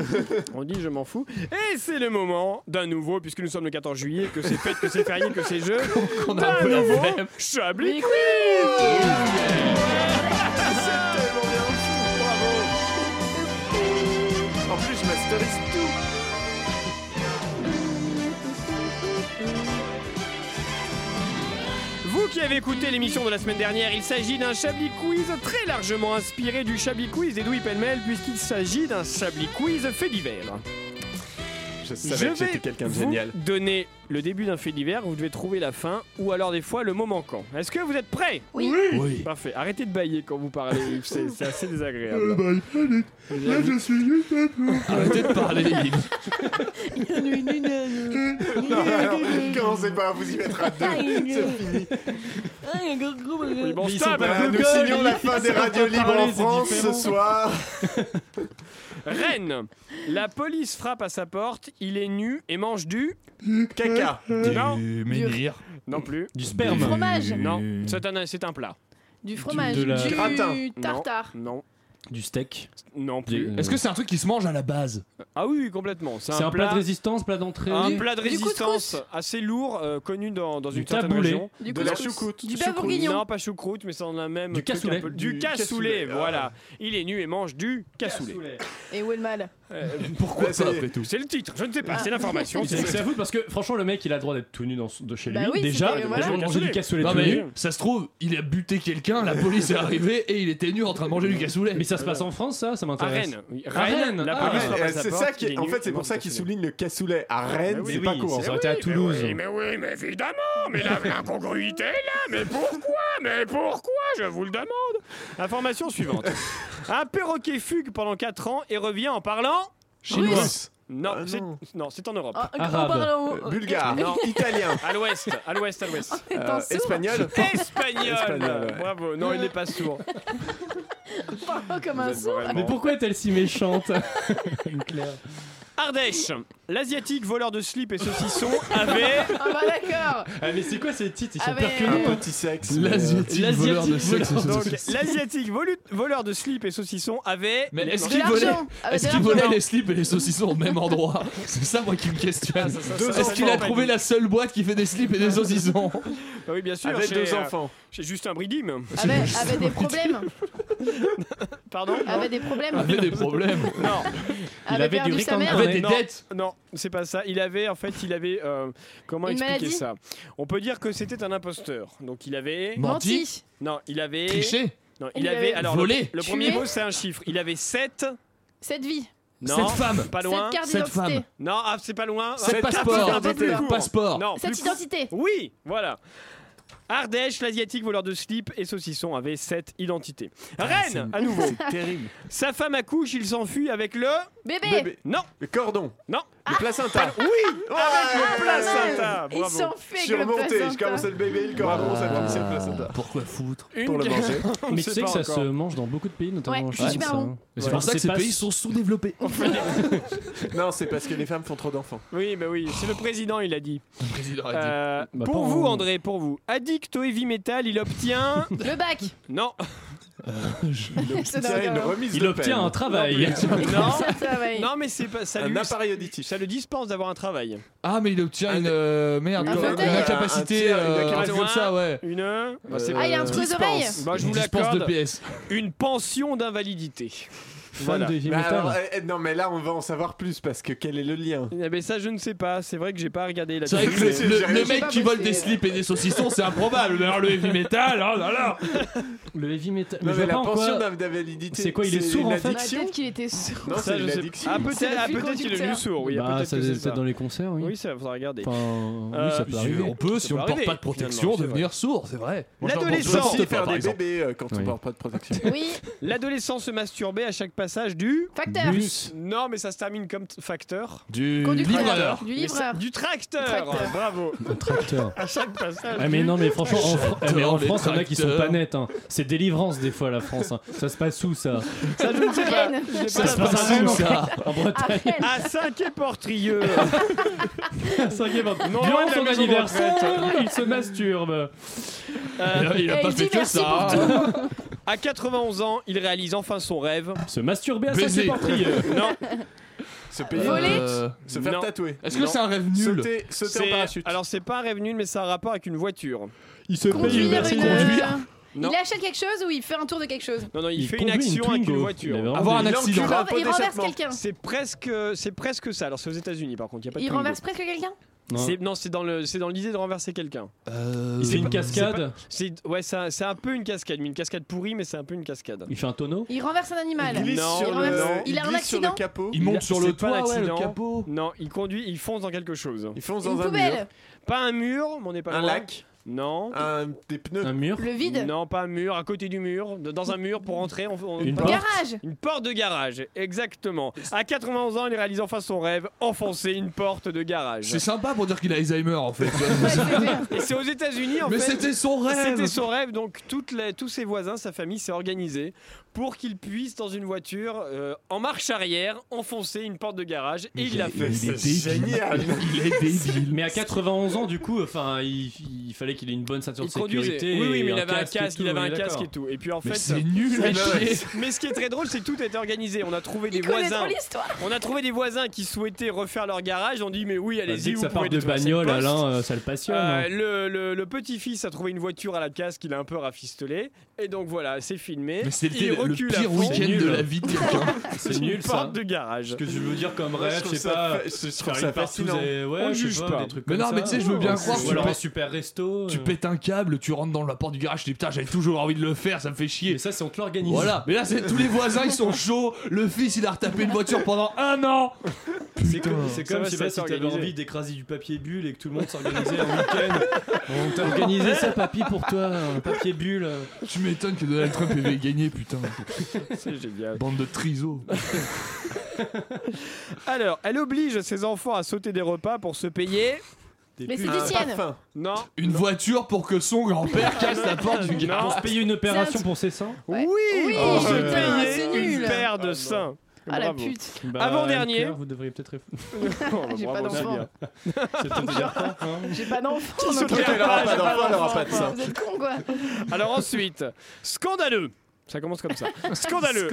S5: On dit je m'en fous. Et c'est le moment d'un nouveau, puisque nous sommes le 14 juillet, que c'est fête, que c'est férié, que c'est jeu.
S4: a un
S5: D'un
S4: peu la
S5: nouveau
S4: flemme.
S5: Chablis
S4: Mais
S5: Quiz
S2: Ah, En plus, je masterise tout.
S5: Vous qui avez écouté l'émission de la semaine dernière, il s'agit d'un Chablis Quiz très largement inspiré du Chablis Quiz d'Edoui Pellemel, puisqu'il s'agit d'un Chablis Quiz fait divers.
S2: Je savais que j'étais quelqu'un de
S5: vous
S2: génial.
S5: donner le début d'un fait divers, vous devez trouver la fin ou alors des fois le moment quand. Est-ce que vous êtes prêts
S3: Oui.
S4: Oui.
S5: Parfait. Arrêtez de bailler quand vous parlez, Yves, c'est c'est assez
S4: Euh,
S5: désagréable.
S4: bah, il fallait. Là, je suis juste un peu. Arrêtez de
S2: [LAUGHS]
S4: parler, Yves.
S5: [LAUGHS]
S2: Non, alors, commencez pas à vous y mettre à deux.
S4: [LAUGHS]
S2: C'est fini.
S5: Oui, bon,
S2: Mais ils
S5: stop.
S2: sont pas Voilà, nous
S5: Google,
S2: signons la
S5: ils
S2: fin des
S5: sont pas
S2: radios libres
S5: parlés,
S2: en
S5: c'est
S2: France ce
S5: différent.
S2: [LAUGHS] soir.
S5: Rennes, la police frappe à sa porte, il est nu et mange du
S2: Caca.
S5: Non,
S4: Du menhir.
S5: non plus.
S1: Du sperme.
S3: Euh, Du fromage.
S5: Non, c'est un, c'est un plat.
S3: Du fromage,
S1: de
S3: du,
S1: la-
S2: Gratin.
S3: tartare.
S5: Non,
S1: Du steak.
S5: non plus.
S4: Est-ce que c'est un truc qui se mange à la base
S5: Ah oui, oui, complètement. C'est
S1: C'est un plat de résistance, plat d'entrée.
S5: Un
S3: Du-
S5: plat de
S3: du
S5: résistance assez lourd, euh, connu dans, dans
S1: Du
S5: une certaine
S1: taboulé.
S5: région.
S3: Du
S2: De la
S3: couscous.
S2: choucroute.
S3: Du bœuf bourguignon.
S5: Non, pas choucroute, mais ça en a même.
S1: Du
S5: truc
S1: cassoulet.
S5: un peu- Du,
S2: Du
S5: cassoulet,
S2: cassoulet, ah.
S5: voilà. Il est nu et mange du cassoulet.
S3: Et où est le mal
S4: Pourquoi
S2: Ouais,
S4: ça
S2: ça y est.
S4: après tout
S5: C'est le titre, je ne sais
S3: Ah.
S5: pas, c'est l'information.
S1: C'est c'est à vous parce que franchement le mec il a le droit d'être tout nu dans, son- de chez lui
S3: Bah oui,
S1: déjà
S3: c'était- voilà.
S1: et de manger du cassoulet
S4: non
S1: tout
S4: mais
S1: nu.
S4: ça se trouve, il a buté quelqu'un, la police est arrivée et il était nu en train de manger du cassoulet.
S1: Mais ça se passe en France ça ça
S5: À
S1: m'intéresse.
S5: Rennes. oui,
S1: À Rennes,
S5: La
S1: ah,
S5: police
S1: ouais.
S5: frappe à
S2: Euh,
S5: sa
S2: C'est
S5: porte,
S2: ça qui
S5: il
S2: est- En
S5: nu,
S2: fait, c'est
S5: il
S2: pour
S5: mange
S2: ça
S5: du
S2: qu'il
S5: cassoulet.
S2: souligne le cassoulet à Rennes.
S5: Mais oui,
S2: Ah, C'est pas
S1: oui,
S2: courant.
S1: ça aurait été à Toulouse.
S5: Ah Oui, mais oui, mais évidemment, mais la- l'incongruité est là, mais pourquoi, mais pourquoi, je vous le demande. Information suivante. [LAUGHS] Un perroquet fugue pendant 4 ans et revient en parlant...
S1: Chinois.
S2: Russe,
S5: Non,
S2: Ah,
S5: c'est-
S2: non.
S5: non, c'est en Europe.
S3: Ah, on
S1: Arabe.
S3: parle en-
S2: euh,
S3: [LAUGHS]
S2: bulgare,
S5: Non.
S2: italien,
S5: À l'ouest, à l'ouest, à l'ouest.
S3: en étant
S2: euh,
S3: sourd.
S2: espagnol.
S5: [LAUGHS] Espagnol,
S2: Espagnol, ouais.
S5: Bravo, non, il n'est
S3: [LAUGHS]
S5: pas sourd.
S3: Parlant comme un sourd.
S1: Mais pourquoi est-elle si méchante Claire.
S5: Ardèche, l'asiatique voleur de slip et saucisson avait...
S3: Ah bah d'accord.
S1: Ah mais c'est quoi ces titres Ils
S3: Ah,
S1: sont
S3: mais,
S1: perconnus.
S2: Un petit sexe. mais, euh,
S4: L'asiatique voleur de sexe.
S5: Donc, l'asiatique volu- voleur de slip et saucisson avait...
S4: Mais est-ce
S5: Non.
S3: De
S4: qu'il volait
S3: l'argent. Ah, bah,
S4: Est-ce
S3: de
S4: qu'il
S3: l'argent.
S4: volait les slips et les saucissons au
S3: [LAUGHS]
S4: même endroit C'est ça moi qui me questionne.
S5: Deux
S4: Est-ce qu'il a
S5: enfants.
S4: trouvé la seule boîte qui fait des slips et des
S1: [LAUGHS]
S4: saucissons
S5: Ah Oui, bien sûr.
S2: Avec
S5: chez,
S2: deux
S5: euh,
S2: enfants.
S5: Chez Justin Bridim.
S3: Avait, avait Ah des problèmes.
S5: Pardon
S3: Avait des problèmes.
S4: Il avait des problèmes,
S5: Non,
S3: Avait
S1: avait du
S3: perdu
S1: riz
S3: sa
S1: comme
S4: il
S3: mère.
S1: un
S4: avait des
S5: Non.
S4: dettes.
S5: non, c'est pas ça. Il avait, en fait, il avait. euh, comment
S3: Une
S5: expliquer
S3: maladie
S5: ça On peut dire que c'était un imposteur. Donc il avait.
S4: Menti,
S3: Menti.
S5: Non, il avait.
S4: triché,
S5: Non, il,
S3: Il
S5: avait.
S3: avait-
S5: Alors,
S4: volé.
S5: le
S3: Tué.
S5: premier mot, c'est un chiffre. Il avait 7.
S3: Cette vie.
S5: Non.
S4: Cette femme,
S5: Pas loin.
S3: Cette carte
S4: Cette
S3: d'identité.
S4: femme.
S5: Non, ah, c'est pas loin. Ah,
S4: cet
S5: carte
S4: passeport,
S5: d'identité.
S3: Cette
S5: Court.
S4: passeport.
S5: Non,
S3: Cette
S5: plus court.
S3: identité.
S5: Oui, voilà. Ardèche, l'asiatique voleur de slip et saucisson avait cette identité. Rennes, à nouveau.
S2: Ah, Terrible.
S5: Sa femme accouche, il s'enfuit avec le.
S3: Bébé.
S2: Bébé.
S5: Non,
S2: Le cordon.
S5: non.
S2: Le placenta. Ah, Oui
S5: Avec le placenta.
S3: Il
S5: Bravo.
S3: s'en
S2: Je
S3: fait
S2: suis
S3: que le
S2: remonté, je
S3: placenta.
S2: commençais le bébé, le cordon, ça finissait le placenta.
S4: Pourquoi foutre
S5: Une
S2: Pour le
S5: carte-
S2: manger.
S5: [LAUGHS] On ne
S1: Euh, Mais
S5: sait
S1: tu sais que
S5: pas
S1: ça
S5: encore.
S1: se mange dans beaucoup de pays, notamment
S3: Ouais,
S1: en
S3: c'est
S1: Chine.
S3: super
S1: ça,
S3: bon.
S1: hein.
S4: C'est pour ça que ces
S1: pas-
S4: pays sont sous-développés.
S2: Non, c'est parce que les femmes font trop d'enfants.
S5: Oui, bah oui, c'est le président, il a dit.
S4: Le président a dit.
S5: Euh,
S1: Bah,
S5: pour
S1: pas
S5: vous,
S1: en-
S5: André, pour vous. Addict au heavy metal, il obtient.
S3: Le bac.
S5: [LAUGHS] Non,
S2: Euh,
S3: [LAUGHS] Ça n'a
S2: C'est
S3: aucun
S2: une
S3: rapport.
S2: remise
S1: Il
S2: de
S1: obtient un
S2: peine.
S1: travail.
S4: [LAUGHS]
S3: [LAUGHS]
S5: non,
S3: Ça, ça va, oui.
S5: non, mais c'est pas. Ça,
S2: Un
S5: lui-
S2: appareil auditif.
S5: ça le dispense d'avoir un travail.
S4: Ah mais il obtient
S2: Un-
S4: une euh, merde,
S1: Ah,
S5: un
S4: une
S3: fauteuil.
S4: incapacité,
S2: Un tiers, une
S4: euh, un
S5: incapacité.
S4: truc comme ça, ouais.
S5: Une.
S2: Euh,
S5: bah, c'est
S3: Ah, il y a un
S5: pas-
S3: trou aux oreilles.
S5: Bah, je vous
S4: Dispense de
S5: l'accorde.
S4: PS.
S5: Une pension d'invalidité. Voilà.
S2: Mais alors, eh, eh, non, mais là, on va en savoir plus parce que quel est le lien
S5: Eh ben, ça, je ne sais pas. C'est vrai que j'ai pas regardé la
S4: C'est vrai que
S2: [LAUGHS]
S4: le, le- le mec qui vole des slips et des saucissons, c'est improbable. Mais Alors le heavy metal, oh là là
S1: Le heavy metal.
S2: Non,
S1: je
S2: mais
S1: vois
S2: la
S1: pas en quoi-
S2: pension d'in- d'invalidité.
S1: C'est quoi, il est sourd, en fait
S2: l'addiction
S3: Peut-être qu'il était sourd.
S2: Non, c'est
S5: je sais-
S2: l'addiction.
S5: Ah, peut-être
S3: C'est le
S5: ah,
S3: fil
S5: peut-être qu'il est
S3: conducteur.
S5: venu sourd. Oui,
S1: Bah,
S5: peut-être
S1: ça
S5: que
S1: devait
S5: c'est
S1: être
S5: ça.
S1: dans les concerts, oui.
S5: Oui, ça faudra regarder.
S1: Enfin, oui, ça peut
S5: Euh,
S1: arriver.
S4: Bah On peut, si on ne porte pas de protection,
S5: finalement, c'est
S4: devenir
S2: Oh,
S4: sourd, c'est vrai. Moi, je leur
S2: On
S4: porte
S2: peut
S5: L'adolescent.
S2: aussi
S4: pas,
S2: faire
S4: par
S2: des
S4: exemple.
S2: bébés euh, quand on
S1: Oui.
S2: porte pas de protection.
S3: Oui,
S5: [LAUGHS] L'adolescent se masturbait à chaque passage du.
S3: facteur.
S1: Bus.
S5: Non, mais ça se termine comme t- facteur.
S4: Du
S3: Conducteur.
S4: livreur.
S3: Du
S5: Mais ça-
S3: livreur.
S5: Du tracteur.
S3: Tracteur.
S5: Bravo.
S1: Tracteur.
S5: À chaque passage.
S1: [LAUGHS] Ah mais non mais franchement en, Fran- eh, mais en
S4: les
S1: France il y en a qui sont
S4: tracteurs.
S1: pas nets hein. C'est délivrance des fois la France hein. Ça se passe où ça
S5: Ça, je ne sais pas.
S3: Rennes.
S5: J'ai pas
S1: Ça
S5: la
S1: se
S5: parole.
S1: passe où ça En
S3: À
S1: Bretagne
S3: Rennes.
S5: À 5 et
S1: [LAUGHS]
S5: portrieux.
S1: ça y est, maintenant.
S5: Non,
S1: Durant
S5: de la
S1: son
S5: maison de
S1: anniversaire il se masturbe
S5: Euh,
S4: Il a
S3: Et
S4: pas
S3: il dit
S4: fait que
S3: merci
S4: ça.
S5: à 91 ans, il réalise enfin son rêve.
S1: Se masturber à sa
S4: Baiser.
S1: supportrière
S5: [LAUGHS] Non,
S2: Se payer,
S3: Voler.
S4: Euh,
S2: se faire
S5: Non.
S2: tatouer.
S4: Est-ce que c'est un rêve nul
S2: Sauter, sauter en
S5: c'est
S2: parachute.
S5: alors c'est pas un rêve nul, mais c'est un rapport avec une voiture.
S1: Il se paye une
S3: Conduire
S1: Mercedes
S3: une...
S5: Non.
S3: Euh, Il achète quelque chose ou il fait un tour de quelque chose
S5: Non, non, il, fait une
S1: conduit
S5: action avec une
S1: Twingo. Il
S5: voiture.
S1: avait vraiment
S4: Avoir un
S1: des-
S4: accident.
S2: Il a un
S3: Renver-
S2: pot
S3: Il renverse
S2: d'échappement.
S3: quelqu'un.
S5: C'est presque, c'est presque ça. Alors c'est aux États-Unis, par contre, il y a pas de
S3: Il
S5: Twingo.
S3: renverse presque quelqu'un
S1: Non.
S5: C'est- Non, c'est dans le, c'est dans l'idée de renverser quelqu'un.
S4: Euh,
S1: Il fait une
S4: c'est-
S1: cascade
S5: C'est, ouais, c'est un, c'est un peu une cascade, mais une cascade pourrie, mais c'est un peu une cascade.
S1: Il fait un tonneau
S3: Il renverse un animal.
S2: Il glisse
S5: Non,
S2: sur
S3: il
S2: le-
S3: renverse-
S2: il
S3: il a un
S2: glisse sur le [LAUGHS]
S3: accident
S2: capot.
S4: Il monte sur le
S5: C'est pas
S4: toit, ouais, le
S5: l'accident.
S4: capot.
S5: Non, il conduit, il fonce dans quelque chose.
S2: Il fonce
S3: Une
S2: dans un mur.
S3: poubelle.
S5: Pas un mur, mais on n'est pas
S2: Un
S5: loin.
S2: lac.
S5: Non.
S2: Un- Des pneus.
S1: Un mur
S3: Le vide.
S5: Non, pas un mur, à côté du mur, de- dans un mur pour entrer. On, on-
S1: Une
S5: pas-
S1: porte.
S3: Garage.
S5: Une porte de garage, exactement. À 91 ans, il réalise enfin son rêve, enfoncer une porte de garage.
S4: C'est sympa pour dire qu'il a Alzheimer en fait.
S3: Ouais, c'est clair.
S5: Et c'est aux États-Unis en
S4: Mais
S5: fait.
S4: c'était son rêve.
S5: C'était son rêve, donc toutes les- tous ses voisins, sa famille s'est organisée pour qu'il puisse, dans une voiture, euh, en marche arrière, enfoncer une porte de garage. Et il l'a fait.
S2: C'est génial.
S4: Il est débile.
S1: mais à 91 ans du coup enfin il, il fallait qu'il ait une bonne ceinture
S5: Il
S1: de
S5: conduisait.
S1: sécurité
S5: Oui, oui,
S1: et
S5: mais il avait un
S1: et
S5: casque,
S1: tout,
S5: il avait
S1: on
S5: un
S1: est
S5: casque
S1: d'accord.
S5: et tout. Et puis en
S4: Mais
S5: fait.
S4: c'est nul à
S5: mais,
S4: chier.
S5: mais ce qui est très drôle, c'est que tout a été organisé. On a trouvé des
S3: Il connaît trop
S5: voisins.
S3: l'histoire.
S5: On a trouvé des voisins qui souhaitaient refaire leur garage. On dit mais oui,
S1: Bah,
S5: allez-y,
S1: dès que
S5: vous
S1: ça
S5: pouvez
S1: parle de
S5: détruire cette
S1: bagnole
S5: poste.
S1: Alain euh, ça le passionne
S5: Euh,
S1: hein.
S5: le, le- le petit-fils a trouvé une voiture à la casse qu'il a un peu rafistolée. Et donc voilà, c'est filmé.
S4: Mais c'était
S5: il
S4: le
S5: recule à
S4: pire
S5: fond.
S4: week-end
S1: nul.
S4: de la vie de
S5: [LAUGHS]
S4: quelqu'un.
S1: c'est nul
S5: une porte
S1: ça
S5: de garage.
S1: ce que je veux dire comme
S2: Moi, je
S1: rêve
S2: trouve
S1: je sais pas
S2: ça- Je
S1: Faire
S2: trouve
S1: une
S2: ça
S1: partie, vous
S2: fascinant.
S1: avez- ouais,
S5: On
S1: je sais
S5: juge
S1: pas,
S5: pas.
S1: des trucs
S4: Mais
S1: comme
S4: non,
S1: ça.
S4: mais tu sais, je veux bien croire,
S1: Ou
S4: tu
S1: alors
S4: pè-
S1: un super resto.
S4: Tu
S1: euh.
S4: pètes un câble, tu rentres dans la porte du garage, tu dis putain, j'avais toujours envie de le faire, ça me fait chier.
S1: Mais ça, c'est on te l'organise.
S4: Voilà, mais là c'est tous les voisins ils sont chauds, le fils il a retapé une voiture pendant un an
S1: C'est comme, c'est
S5: Ça
S1: comme
S5: va,
S1: je sais
S5: ça
S1: pas,
S5: s'est
S1: si t'avais
S5: organisé.
S1: envie d'écraser du papier bulle et que tout le monde s'organisait un week-end. On t'a organisé ça, papy, pour toi, un papier bulle.
S4: Tu m'étonnes que Donald Trump avait gagné putain,
S5: C'est génial.
S4: bande de trisos
S5: Alors, elle oblige ses enfants à sauter des repas pour se payer.
S3: Mais c'est
S2: Un
S3: du sienne.
S2: parfum.
S5: Non.
S4: Une voiture pour que son grand-père casse la porte du garage
S1: On se payait une opération pour ses seins.
S3: Ouais.
S5: Oui.
S3: Oui,
S5: pour se
S3: putain, c'est
S5: payer une
S3: nul. Oh,
S5: paire de seins.
S3: Ah la
S5: Bravo.
S3: pute.
S1: Bah,
S5: Avant-dernier. Oh,
S1: Anne-Claire, Vous devriez peut-être.
S5: [LAUGHS]
S1: réfléchir.
S3: [LAUGHS] J'ai
S5: bravo,
S3: pas
S5: c'est
S3: d'enfant.
S5: bien.
S1: C'est peut-être déjà tard, hein.
S3: J'ai pas d'enfant.
S5: Qui
S3: donc-
S5: saute-
S2: Tant qu'elle aura pas d'enfant, elle aura pas de ça.
S3: Vous êtes con quoi.
S5: Alors ensuite, scandaleux. Ça commence comme ça.
S1: [LAUGHS]
S5: Scandaleux.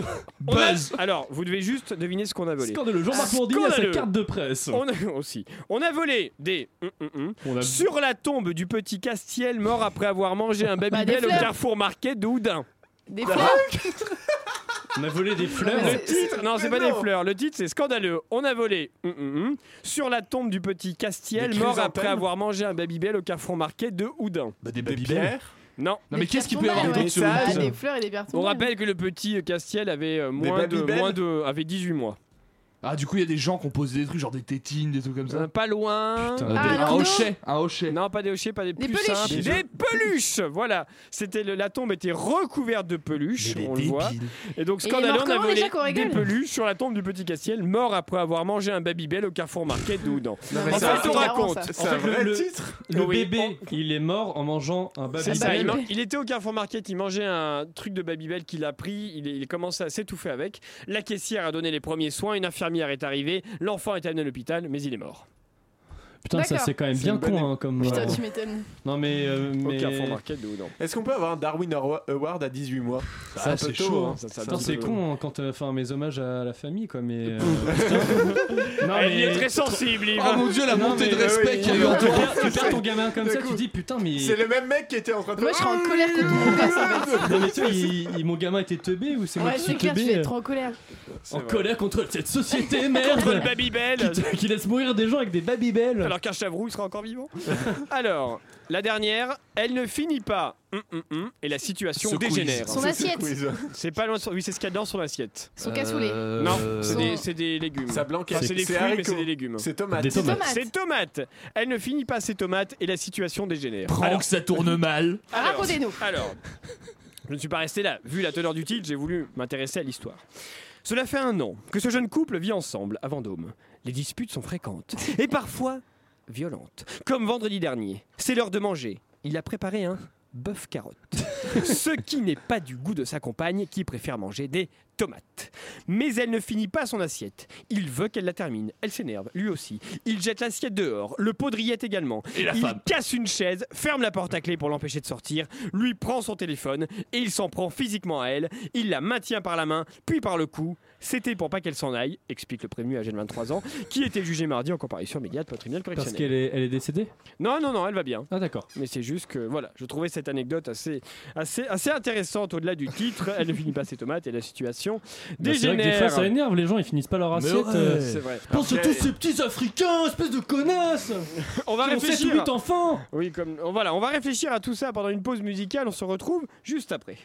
S5: On a-
S4: Buzz
S5: Alors, vous devez juste deviner ce qu'on a volé.
S1: Scandaleux. Jean-Marc Bourdin a sa
S5: Scandaleux.
S1: carte de presse.
S5: On a [LAUGHS] aussi. On a volé des hum, hum, hum,
S1: On a-
S5: sur la tombe du petit Castiel mort après avoir mangé un
S3: Bah, des
S5: babybel au
S3: fleurs.
S5: Carrefour Market de Houdin.
S3: Des fleurs.
S1: On a volé des fleurs.
S3: Ouais.
S5: Le titre, non, c'est
S2: Mais
S5: pas
S2: non.
S5: des fleurs. Le titre, c'est scandaleux. On a volé hum, hum, hum, sur la tombe du petit Castiel
S2: Des
S5: mort
S2: chrysanthèmes.
S5: après avoir mangé un babybel au Carrefour Market de Houdin.
S4: Bah des
S2: Des
S4: babybel
S2: bières.
S5: Non.
S4: Non mais
S3: Des
S4: qu'est-ce qu'il peut y
S3: cartons
S4: avoir
S3: balles,
S4: d'autre
S3: ouais.
S4: sur
S3: Ah,
S2: Des Âge.
S3: des fleurs et des cartons.
S5: On rappelle que le petit Castiel avait euh, moins de
S2: Babybel
S5: moins de avait 18 mois.
S4: Ah du coup il y a des gens qui ont posé des trucs genre des tétines, des trucs comme ça
S5: Euh, Pas loin.
S4: Putain,
S1: Ah,
S4: des- Un
S3: Arnaud.
S4: hochet, un hochet
S5: Non, pas des hochets, pas des,
S3: Des
S5: plus
S3: peluches.
S5: simples.
S2: Des
S5: Des peluches. Voilà. C'était le- la tombe était recouverte de peluches.
S4: Mais des
S5: on le voit.
S4: débiles.
S5: Et
S3: Et
S5: donc
S3: il est
S5: scandaleux,
S3: mort
S5: on a
S3: comment
S5: volé
S3: déjà, qu'on
S5: des
S3: rigole
S5: peluches sur la tombe du petit Castiel, mort après avoir mangé un babybel au Carrefour Market de Houdan.
S2: Non, mais
S5: En
S2: c'est
S5: fait,
S2: un-
S5: on raconte.
S2: c'est
S1: En
S2: un
S1: fait, le-
S2: vrai
S1: le-
S2: titre.
S1: Le
S5: Oui.
S1: bébé, il est mort en mangeant un
S5: C'est
S1: baby.
S5: ça,
S3: Babybel.
S5: il, man- il était au Carrefour Market, il mangeait un truc de Babybel qu'il a pris, il, il commençait à s'étouffer avec. La caissière a donné les premiers soins, une infirmière est arrivée, l'enfant est amené à l'hôpital, mais il est mort.
S1: Putain, ça,
S3: D'accord.
S1: c'est quand même
S2: C'est
S1: bien
S2: une bonne
S1: con, hein, comme.
S3: Putain,
S1: euh,
S3: tu m'étonnes.
S1: Non, mais. euh,
S5: Au
S1: mais-
S5: Carrefour Market de Houdan.
S2: Est-ce qu'on peut avoir un Darwin Award à 18 mois
S4: Ah, c'est chaud, hein.
S5: Ça, ça,
S1: Attends,
S5: ça,
S1: c'est
S5: ça,
S1: con hein, quand euh, enfin mes hommages à la famille quoi mais
S5: [LAUGHS]
S1: euh, putain. non
S5: Ah, Il est très sensible, il
S4: Oh
S5: va.
S4: mon dieu la
S1: Non,
S4: montée de
S1: mais-
S4: respect
S2: oui,
S4: qu'il y a
S1: Tu
S4: eu
S1: perds-
S4: entre
S1: tu perds ton gamin comme
S2: D'un
S1: ça,
S2: coup.
S1: tu dis putain mais.
S2: Bah,
S1: [LAUGHS]
S2: C'est le même mec qui était en train de. Ah,
S3: Moi je serais en colère contre mon père.
S1: Non, mais tu vois, il- il- mon gamin était teubé ou c'est moi
S3: Ouais,
S1: qui suis
S3: c'est clair, je
S1: teubé
S3: vais
S1: euh.
S3: être en colère.
S1: En colère contre cette société, merde
S5: Contre le Babybel.
S1: qui, te- qui laisse mourir des gens avec des Babybel
S5: Alors qu'un chavrou, il sera encore vivant. Alors, la dernière, elle ne finit pas. Hum, hum, hum, et la situation
S1: Ce quiz.
S5: dégénère.
S1: Son Ce assiette. quiz.
S5: C'est pas loin. de son- Oui, c'est ce qu'il y a dans son assiette.
S3: Son cassoulet.
S5: Non, c'est
S3: Son-
S5: des, c'est des légumes.
S2: Sa blanquette.
S5: Enfin, c'est des
S2: C'est
S5: fruits, mais
S2: haricots.
S5: c'est des légumes.
S2: C'est tomates. Des
S5: C'est
S2: tomates.
S5: tomates. C'est tomates. Elle ne finit pas ses tomates et la situation dégénère.
S4: Prends
S5: Alors-
S4: que ça tourne mal.
S5: alors-
S3: Racontez-nous.
S5: Alors, je ne suis pas resté là. Vu la teneur du titre, j'ai voulu m'intéresser à l'histoire. Cela fait un an que ce jeune couple vit ensemble à Vendôme. Les disputes sont fréquentes et parfois violentes. Comme vendredi dernier, c'est l'heure de manger. Il a préparé un bœuf carotte. ce qui n'est pas du goût de sa compagne qui préfère manger des tomates. Mais elle ne finit pas son assiette. Il veut qu'elle la termine. Elle s'énerve, lui aussi. Il jette l'assiette dehors, le pot de rillettes également.
S4: Et la
S5: Il
S4: femme.
S5: casse une chaise, ferme la porte à clé pour l'empêcher de sortir, lui prend son téléphone et il s'en prend physiquement à elle. Il la maintient par la main, puis par le cou. C'était pour pas qu'elle s'en aille, explique le prévenu âgé de 23 ans, qui était jugé mardi en comparution immédiate pour le tribunal
S1: Parce
S5: correctionnel.
S1: qu'elle est, elle est décédée
S5: Non, non, non, elle va bien.
S1: Ah d'accord.
S5: Mais c'est juste que, voilà, je trouvais cette anecdote assez, assez, assez intéressante au-delà du titre. Elle ne finit pas ses tomates et la situation
S1: Bah, C'est vrai
S5: dégénère.
S1: que des fois ça énerve, les gens ils finissent pas leur
S5: Mais
S1: assiette.
S5: ouais,
S1: euh,
S5: c'est vrai.
S1: Pense à
S5: Après-
S1: tous ces petits Africains, espèce de connasses
S5: on va
S1: qui ont sept
S5: réfléchir.
S1: ou huit enfants
S5: Oui, comme on- voilà, on va réfléchir à tout ça pendant une pause musicale. On se retrouve juste après.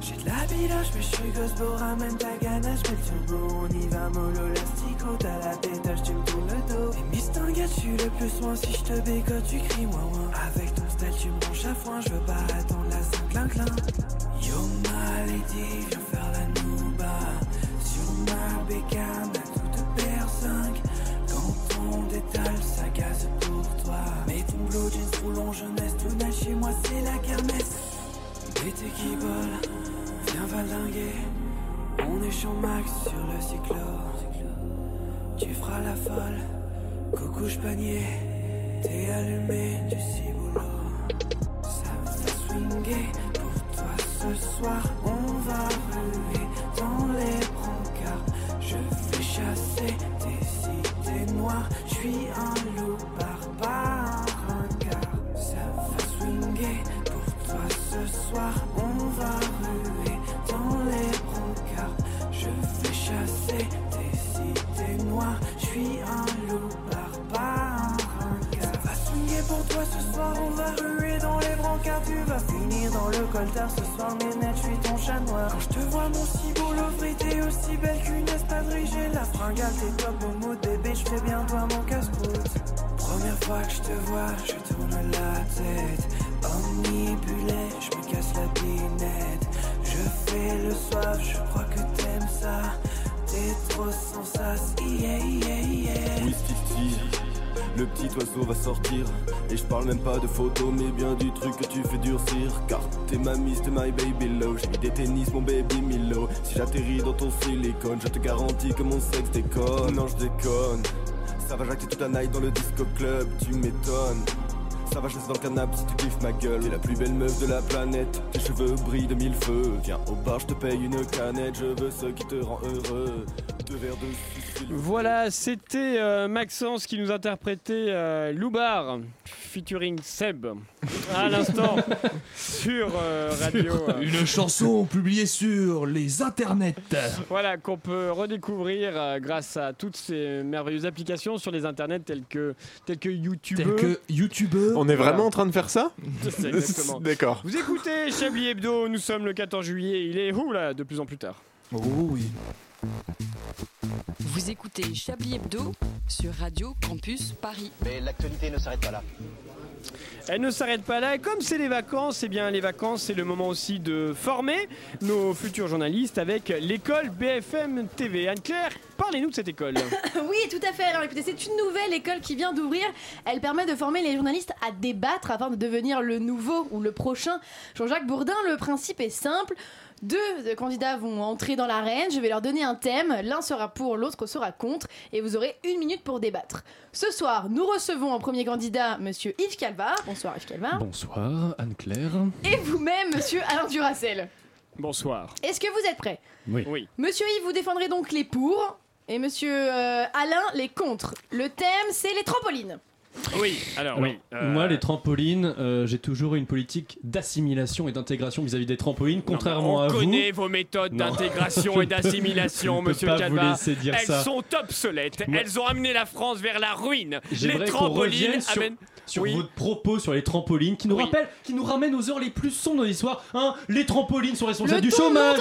S13: J'ai de la biloche, mais je suis Gosbo, ramène ta ganache, mets le turbo, on y va mollo, l'astico, t'as la pétage, tu me tournes le dos. T'es Miss Tinguette, je suis le plus loin, si je te bécote, tu cries ouin ouin. Avec ton style, tu me branches à foin, je veux pas attendre la saint clin clin. Yo ma lady, viens faire la nouba, sur ma bécane, à toute personne. Quand on détale, ça gaze pour toi. Mets ton blue jeans, roulon, jeunesse, tout neige, chez moi, c'est la kermesse. L'été qui vole, viens valdinguer. On est champ max sur le cyclo. Tu feras la folle, coucou panier. T'es allumé du ciboulot. Ça me fait swinguer. Pour toi ce soir, on va ruer dans les brancards. Je vais chasser tes cités noires. Je suis un loup barbare, un ringard. Ça me fait swinguer. Toi ce soir, on va ruer dans les brancards. Je vais chasser tes cités noires. Je suis un loup barbare, un ringard. Ça va swinguer pour toi ce soir, on va ruer dans les brancards. Tu vas finir dans le coltard ce soir, mais net, je suis ton chat noir. Quand je te vois, mon si beau l'offre, t'es aussi belle qu'une espadrille. J'ai la fringale, t'es top au mood, bébé, je fais bien toi mon casse-croûte. Première fois que je te vois, je tourne la tête. Omnibulé, je me casse la binette. Je fais le soif, je crois que t'aimes ça. T'es trop sans sas, yeah yeah yeah.
S14: Oui, Skifty, le petit oiseau va sortir. Et je parle même pas de photos, mais bien du truc que tu fais durcir. Car t'es ma miss, t'es my baby low. J'ai mis des tennis, mon baby Milo. Si j'atterris dans ton silicone, je te garantis que mon sexe déconne. Non, je déconne. Ça va jacter toute la night dans le disco club, tu m'étonnes. Ça va, je reste dans le canapé si tu kiffes ma gueule. T'es la plus belle meuf de la planète. Tes cheveux brillent de mille feux. Viens au bar, je te paye une canette. Je veux ce qui te rend heureux. Deux verres de sucre.
S5: Voilà, c'était euh, Maxence qui nous interprétait euh, Loubar, featuring Seb,
S1: [LAUGHS]
S5: à l'instant, sur euh,
S4: [LAUGHS]
S5: Radio. euh,
S4: Une chanson publiée sur les internets.
S5: Voilà, qu'on peut redécouvrir euh, grâce à toutes ces merveilleuses applications sur les internets telles que, telles que YouTube.
S4: Tel que YouTubeur.
S2: On est vraiment en train de faire ça [LAUGHS]
S5: C'est exactement.
S2: D'accord.
S5: Vous écoutez Chablis Hebdo, nous sommes le 14 juillet, il est où là de plus en plus tard
S4: oui.
S10: Vous écoutez Chablis Hebdo sur Radio Campus Paris.
S7: Mais l'actualité ne s'arrête pas là.
S5: Elle ne s'arrête pas là. Et comme c'est les vacances, eh bien les vacances, c'est le moment aussi de former nos futurs journalistes avec l'école BFM TV. Anne-Claire, parle parlez-nous de cette école.
S3: [COUGHS] Oui, tout à fait. Alors écoutez, c'est une nouvelle école qui vient d'ouvrir. Elle permet de former les journalistes à débattre afin de devenir le nouveau ou le prochain Jean-Jacques Bourdin. Le principe est simple. Deux candidats vont entrer dans l'arène, je vais leur donner un thème, l'un sera pour, l'autre sera contre, et vous aurez une minute pour débattre. Ce soir, nous recevons en premier candidat Monsieur Yves Calvar. Bonsoir Yves
S5: Hein
S3: Calvar.
S1: Bonsoir, Anne-Claire.
S3: Et vous-même, Monsieur Alain Duracel.
S5: Bonsoir.
S3: Est-ce que vous êtes prêts
S1: Oui.
S5: Oui.
S3: Monsieur Yves, vous défendrez donc les pour et monsieur euh, Alain les contre. Le thème, c'est les trampolines.
S5: Oui, alors, oui. euh,
S1: Moi, les trampolines, euh, j'ai toujours eu une politique d'assimilation et d'intégration vis-à-vis des trampolines, contrairement
S5: on
S1: à vous.
S5: connaît vos méthodes
S1: Non. [LAUGHS]
S5: d'intégration
S1: Je
S5: et
S1: ne peux- je
S5: d'assimilation,
S1: ne peux
S5: monsieur
S1: pas vous
S5: Calva.
S1: laisser dire
S5: Elles
S1: ça.
S5: sont obsolètes.
S1: Moi-
S5: Elles ont amené la France vers la ruine. Les
S1: J'aimerais qu'on
S5: trampolines
S1: revienne sur,
S5: amènent.
S1: sur
S5: Oui.
S1: votre propos sur les trampolines qui nous rappelle, qui nous ramène aux heures les plus sombres de l'histoire. Hein, les trampolines sont responsables du chômage.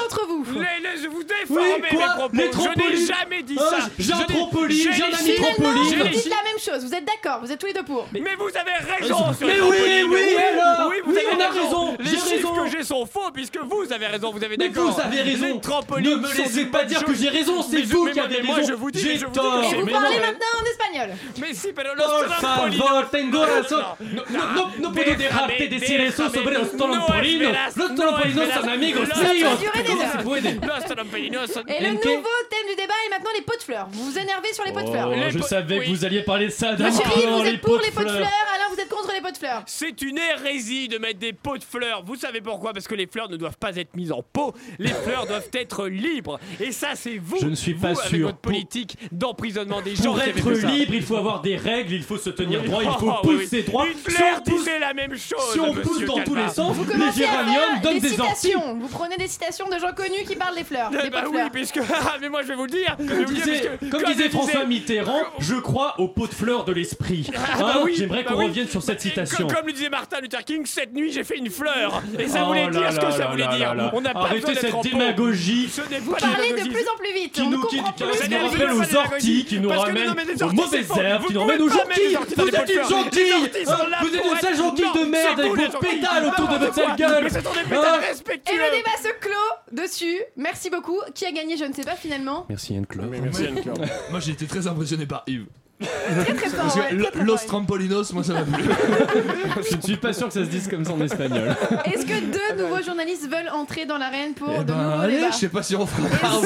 S5: Les- les- je vous
S1: Oui,
S5: déformez mes
S1: quoi
S5: propos.
S1: Les
S5: je
S1: trampolines
S5: n'ai jamais dit
S1: Ah,
S5: ça.
S1: j'ai- j'ai un
S5: Je n'ai-
S1: trampoline, j'ai un
S5: les-
S1: ami
S5: les-
S1: trampoline.
S5: j'ai
S1: Vous
S5: les-
S3: Dites la même chose, vous êtes d'accord, vous êtes tous les deux pour.
S5: Mais vous avez raison sur les
S1: Mais oui,
S5: trampolines.
S1: oui, alors,
S5: oui, vous
S1: oui,
S5: avez
S1: on a raison,
S5: Les
S1: j'ai
S5: chiffres
S1: raison.
S5: que j'ai sont faux puisque vous avez raison, vous avez
S1: Mais
S5: d'accord.
S1: vous avez raison.
S5: Les trampolines
S1: Ne me
S5: sont
S1: laissez
S5: une
S1: pas
S5: bonne
S1: dire que
S5: chose.
S1: j'ai raison, c'est
S5: Mais je-
S1: vous
S5: mais-
S1: qui avez
S5: mais moi,
S1: raison.
S5: je vous dis,
S1: J'ai
S5: mais je vous dis
S1: tort.
S5: que
S1: Et
S5: j'ai
S1: vous
S5: raison.
S1: parlez
S3: Et maintenant en espagnol.
S5: Mais si, pero los
S1: Por
S5: trampolines.
S1: favor, tengo razón. No, no, no, no puedo
S5: Déjame,
S1: dejarte decir eso
S5: déjame,
S1: sobre los
S5: no
S1: trampolinos.
S5: esperas,
S1: Los
S5: no
S1: trampolinos
S5: esperas.
S1: son amigos
S5: Los-
S1: míos.
S3: Ça a duré des
S1: ¿Cómo
S3: heures.
S1: se puede?
S5: Los trampolinos son-
S3: Et le
S1: Enke.
S3: nouveau thème du débat est maintenant les pots de fleurs. Vous vous énervez sur les pots de fleurs.
S1: Oh, je savais que vous alliez parler de ça d'un
S3: Monsieur Yves,
S1: moment,
S3: vous
S1: les
S3: êtes pour
S1: pots
S3: les pots de
S1: fleurs.
S3: fleurs, Alain, vous êtes contre les pots de fleurs.
S5: C'est une hérésie de mettre des pots de fleurs. Vous savez pourquoi Parce que les fleurs ne doivent pas être mises en pot. Les fleurs doivent être libres. Et ça, c'est vous.
S1: Je ne suis pas
S5: vous, avec
S1: sûr.
S5: votre politique d'emprisonnement des gens.
S1: Pour
S5: qui avez
S1: être
S5: fait ça.
S1: libre, il faut avoir des règles, il faut se tenir
S5: Oui.
S1: droit,
S5: [LAUGHS]
S1: il faut
S5: Oh, oui,
S1: pousser
S5: oui.
S1: ses droits.
S5: Une
S1: Si on
S5: fleur
S1: pousse-
S5: disait la même chose.
S1: si on pousse
S5: monsieur
S1: dans tous
S5: Calva.
S1: les sens,
S3: Vous
S1: les
S3: commencez à
S1: géraniums
S3: faire
S1: donnent
S3: des
S1: des orties.
S3: citations. Vous prenez des citations de gens connus qui parlent des fleurs.
S5: Eh
S3: des
S5: bah
S3: pots de
S5: oui,
S3: fleurs.
S5: puisque. [LAUGHS] Ah, mais moi, je vais vous le dire. Je vais vous
S1: Comme
S5: le dire,
S1: disait,
S5: puisque-
S1: comme
S5: comme
S1: disait
S5: je
S1: François
S5: disais-
S1: Mitterrand, je crois aux pots de fleurs de l'esprit.
S5: Ah, bah
S1: Hein,
S5: oui,
S1: J'aimerais
S5: bah
S1: qu'on
S5: oui.
S1: revienne sur cette citation.
S5: Comme, comme le disait Martin Luther King, cette nuit j'ai fait une fleur. Et ça
S1: Oh
S5: voulait
S1: là
S5: dire ce que
S1: là
S5: ça
S1: là
S5: voulait
S1: là
S5: dire.
S1: là là.
S5: On n'a pas
S1: Arrêtez
S5: besoin d'être
S1: cette
S5: en pot.
S1: démagogie.
S5: Ce n'est pas
S3: Vous
S5: la
S3: parlez de
S5: démagogie.
S3: plus en plus vite.
S1: qui
S3: on ne
S1: nous, qui,
S3: comprend
S1: qui
S3: plus.
S5: c'est
S1: nous
S5: des
S1: rappelle
S5: orties,
S1: aux
S5: c'est des
S1: orties, qui nous
S5: Parce que
S1: ramène
S5: non, mais les
S1: aux
S5: orties, c'est
S1: mauvaises
S5: faux.
S1: herbes,
S5: Vous
S1: qui nous
S5: pouvez
S1: ramène aux
S5: pas mettre les
S1: gentils.
S5: orties dans
S1: Vous
S5: des
S1: êtes
S5: pots de
S1: une
S5: fleurs. Les
S1: gentille
S5: orties sont
S1: hein,
S5: là
S1: Vous êtes
S5: pour
S1: une sale
S5: être-
S1: gentille
S5: Non,
S1: de merde
S5: c'est
S1: avec
S5: vous, les
S1: vos
S5: orties.
S1: pétales autour de votre sale
S5: N'importe quoi.
S1: gueule
S5: Mais c'est dans des
S1: Hein
S5: pétales
S3: Et
S5: respectueux.
S3: le débat se clôt dessus. Merci beaucoup. Qui a gagné, je ne sais pas finalement.
S1: Merci Anne Claude.
S5: Merci, Anne-Claire.
S4: [LAUGHS] Moi j'ai été très impressionné par Yves.
S3: Très très fort.
S4: Parce
S3: ouais,
S4: que
S3: très, très
S4: Los
S3: fort.
S4: Trampolinos, moi ça m'a plu.
S1: [LAUGHS] Je ne suis pas sûr que ça se dise comme ça
S4: [LAUGHS]
S1: en espagnol.
S3: Est-ce que
S1: Ah bah.
S3: deux nouveaux journalistes veulent entrer dans l'arène pour
S4: Eh
S3: de
S4: ben,
S3: nouveaux
S4: allez,
S3: débats
S4: je sais pas si on fera. Moi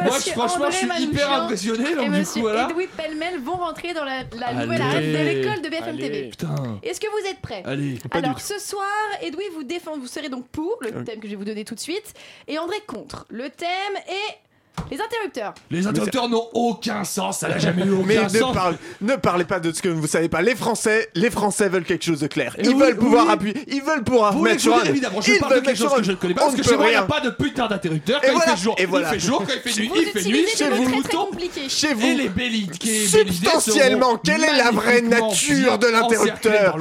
S4: je-
S3: Monsieur
S4: franchement
S3: André
S4: je suis hyper
S3: Manouchian
S4: impressionné
S3: Et
S4: donc du
S3: monsieur
S4: coup voilà.
S3: Edoui Pellemel vont rentrer dans la, la nouvelle arène
S4: Allez.
S3: de l'école de BFM TV.
S4: Putain.
S3: Est-ce que vous êtes prêts
S4: Allez.
S3: Alors ce soir, Edoui vous défend, vous serez donc pour le thème que je vais vous donner tout de suite, et André contre. Le thème est les interrupteurs.
S4: Les interrupteurs n'ont aucun sens,
S2: [LAUGHS]
S4: ça n'a jamais eu
S2: Mais
S4: aucun
S2: ne,
S4: sens.
S2: parle- ne parlez pas de ce que vous savez pas. Les Français, les Français veulent quelque chose de clair.
S4: Et
S2: Ils
S4: oui,
S2: veulent pouvoir
S4: oui.
S2: appuyer. Ils veulent pouvoir
S4: Vous
S2: mettre
S4: voulez
S2: sur
S4: jouer,
S2: un-
S4: évidemment, je
S2: Ils
S4: parle de
S2: veulent
S4: quelque chose
S2: mettre sur
S4: que
S2: un-
S4: je ne connais pas
S2: On
S4: parce que
S2: ne
S4: chez
S2: peut
S4: moi il n'y a
S2: rien.
S4: pas de putain d'interrupteur.
S2: Et
S4: Quand il
S2: voilà,
S4: fait jour,
S2: et voilà.
S4: il fait jour, quand il fait nuit,
S3: Vous
S4: il fait nuit,
S3: utilisez
S4: chez
S3: des mots
S4: vous.
S3: très très compliqués.
S2: Chez vous.
S4: Et les belliqués
S2: Substantiellement, quelle est la vraie nature de l'interrupteur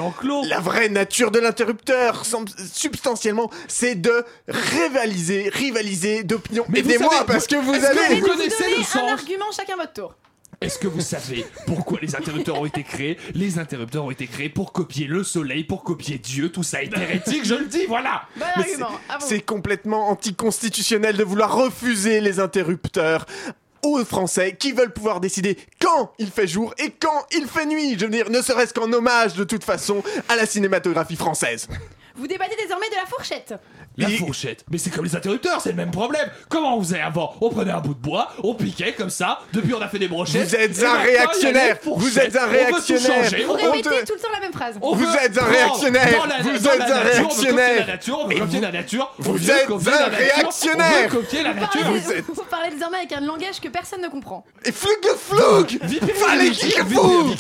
S2: La vraie nature de l'interrupteur, sem- substantiellement, c'est de rivaliser, rivaliser d'opinion.
S4: Mais vous
S2: Aidez-moi
S4: savez-
S2: parce que vous
S4: est-ce que
S2: avez.
S3: Vous
S4: vous- connaissez
S3: donnez
S4: le
S3: un
S4: sens.
S3: argument chacun votre tour.
S4: Est-ce que vous savez pourquoi les interrupteurs ont été créés Les interrupteurs ont été créés pour copier le soleil, pour copier Dieu, tout [LAUGHS] ça est hérétique, je le dis, voilà
S3: Bon
S2: Mais
S3: argument.
S2: c'est-
S3: à vous.
S2: C'est complètement anticonstitutionnel de vouloir refuser les interrupteurs aux Français qui veulent pouvoir décider quand il fait jour et quand il fait nuit. Je veux dire, ne serait-ce qu'en hommage de toute façon à la cinématographie française.
S3: Vous débattez désormais de la fourchette.
S4: La
S2: Et-
S4: fourchette, mais c'est comme les interrupteurs, c'est le même problème Comment on faisait avant On prenait un bout de bois, on piquait comme ça, depuis on a fait des brochettes...
S2: Vous êtes
S4: et
S2: un
S4: maintenant, il y a des
S2: réactionnaire.
S4: fourchettes.
S2: Vous êtes un
S4: On veut tout
S2: réactionnaire.
S4: changer,
S3: Vous
S4: on veut-
S3: répétez
S2: te-
S3: tout le temps la même phrase.
S4: on
S2: Vous
S4: veut
S2: êtes un
S4: prendre
S2: réactionnaire.
S4: dans la-
S2: Vous
S4: dans
S2: êtes
S4: la
S2: un
S4: nature, on veut copier
S2: réactionnaire.
S4: la nature, on veut
S2: Et
S4: copier
S2: vous-
S4: la nature, on
S2: vous
S4: veut
S2: êtes
S4: copier
S2: un
S4: la nature,
S2: réactionnaire.
S4: On veut copier la
S3: Vous
S4: nature
S3: parlez,
S2: Vous êtes-
S3: vous parlez désormais avec un langage que personne ne comprend.
S2: Et flouk de flouk Fallait qu'il le fou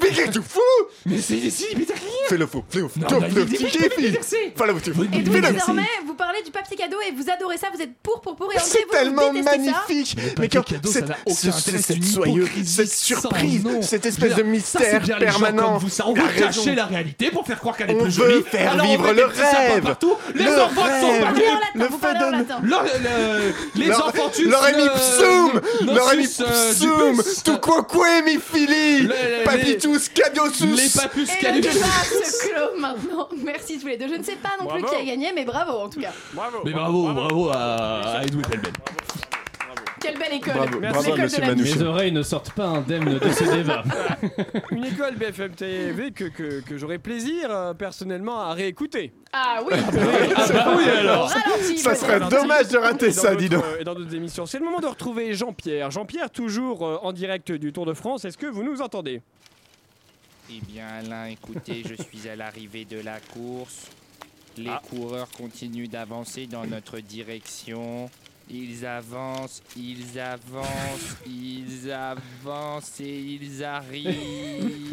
S2: Mais qu'est-ce que tu fous
S4: Mais c'est ici, mais t'as rien
S2: Fais le fou, fais le fou,
S4: Non,
S2: fais le
S4: mais
S2: fou,
S4: il dit-
S2: kiffe,
S4: il dit-
S2: kiffe.
S4: il dit- merci.
S2: Fais le fou,
S4: Vous-
S3: Et
S2: fais
S3: donc
S2: le fou.
S3: désormais, vous parlez du papier cadeau et vous adorez ça, vous êtes pour, pour, pour, et André,
S2: C'est
S3: vous, vous
S2: tellement
S3: détestez ça.
S2: magnifique
S4: Le
S2: Mais quand
S4: paquet cadeau, ça
S2: cette,
S4: n'a aucun
S2: ce-
S4: intérêt, c'est
S2: cette
S4: une
S2: soyeuse,
S4: hypocrisie
S2: cette
S4: sans
S2: surprise,
S4: nom.
S2: cette espèce
S4: Je
S2: de
S4: veux dire, ça, c'est
S2: mystère
S4: bien les gens
S2: permanent.
S4: comme vous, ça, on
S2: La
S4: veut
S2: raison.
S4: cacher la réalité pour faire croire qu'elle est
S2: On
S4: plus
S2: veut
S4: jolie.
S2: faire
S4: Alors on
S2: vivre
S4: met
S2: le
S4: des petits sapins
S2: rêve.
S4: Partout. Les
S2: Le
S4: enfants ne sont
S2: rêve.
S4: pas
S3: Vous parlez en
S4: nus.
S3: latin,
S2: Le
S3: vous parlez en
S2: fait de-
S3: latin.
S4: Le- le- les
S2: Leur-
S4: enfants euh, tu
S2: Leur ami psoum Leur ami psoum Tout quoi quoi mi fili
S4: euh, Le- le-
S2: Papitus cadiosus
S4: Les papus
S3: Et le
S4: calus.
S3: débat se clôt maintenant. Merci tous les deux. Je ne sais pas non plus
S5: Bravo.
S3: qui a gagné, mais bravo en tout cas.
S5: Bravo.
S4: Mais bravo, bravo à à Edwin Pelben.
S3: Quel Quelle belle école.
S5: Bravo,
S3: L'école
S5: bravo,
S3: de la
S5: monsieur
S3: vie.
S5: Manouchian.
S1: Mes oreilles ne sortent pas indemnes de ce débat.
S5: Une école BFM TV que, que, que j'aurais plaisir euh, personnellement à réécouter.
S3: Ah oui
S5: oui alors
S3: Ralenti,
S2: Ça
S3: mais-
S2: serait dommage de rater
S5: Et dans
S2: ça, dis donc.
S5: d'autres, euh, Et dans d'autres émissions. C'est le moment de retrouver Jean-Pierre. Jean-Pierre, toujours euh, en direct du Tour de France. Est-ce que vous nous entendez
S6: Eh bien, Alain, écoutez, je suis à l'arrivée de la course. Les
S5: Ah.
S6: coureurs continuent d'avancer dans notre direction. Ils avancent, ils avancent, ils avancent et
S5: [LAUGHS]
S6: ils arrivent.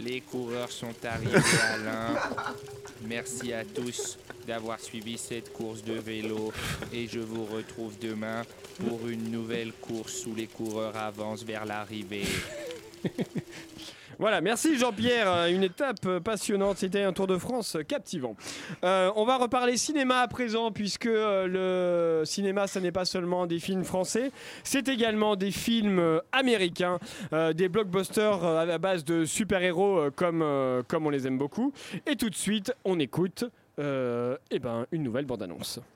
S6: Les coureurs sont arrivés à l'un. Merci à tous d'avoir suivi cette course de vélo et je vous retrouve demain pour une nouvelle course où les coureurs avancent vers l'arrivée.
S5: Voilà, merci Jean-Pierre. Euh, Une étape euh, passionnante. C'était un Tour de France euh, captivant. Euh, on va reparler cinéma à présent, puisque euh, le cinéma, ça n'est pas seulement des films français, c'est également des films euh, américains, euh, des blockbusters euh, à la base de super-héros euh, comme, euh, comme on les aime beaucoup. Et tout de suite, on écoute euh, eh ben, une nouvelle bande-annonce.
S4: [LAUGHS]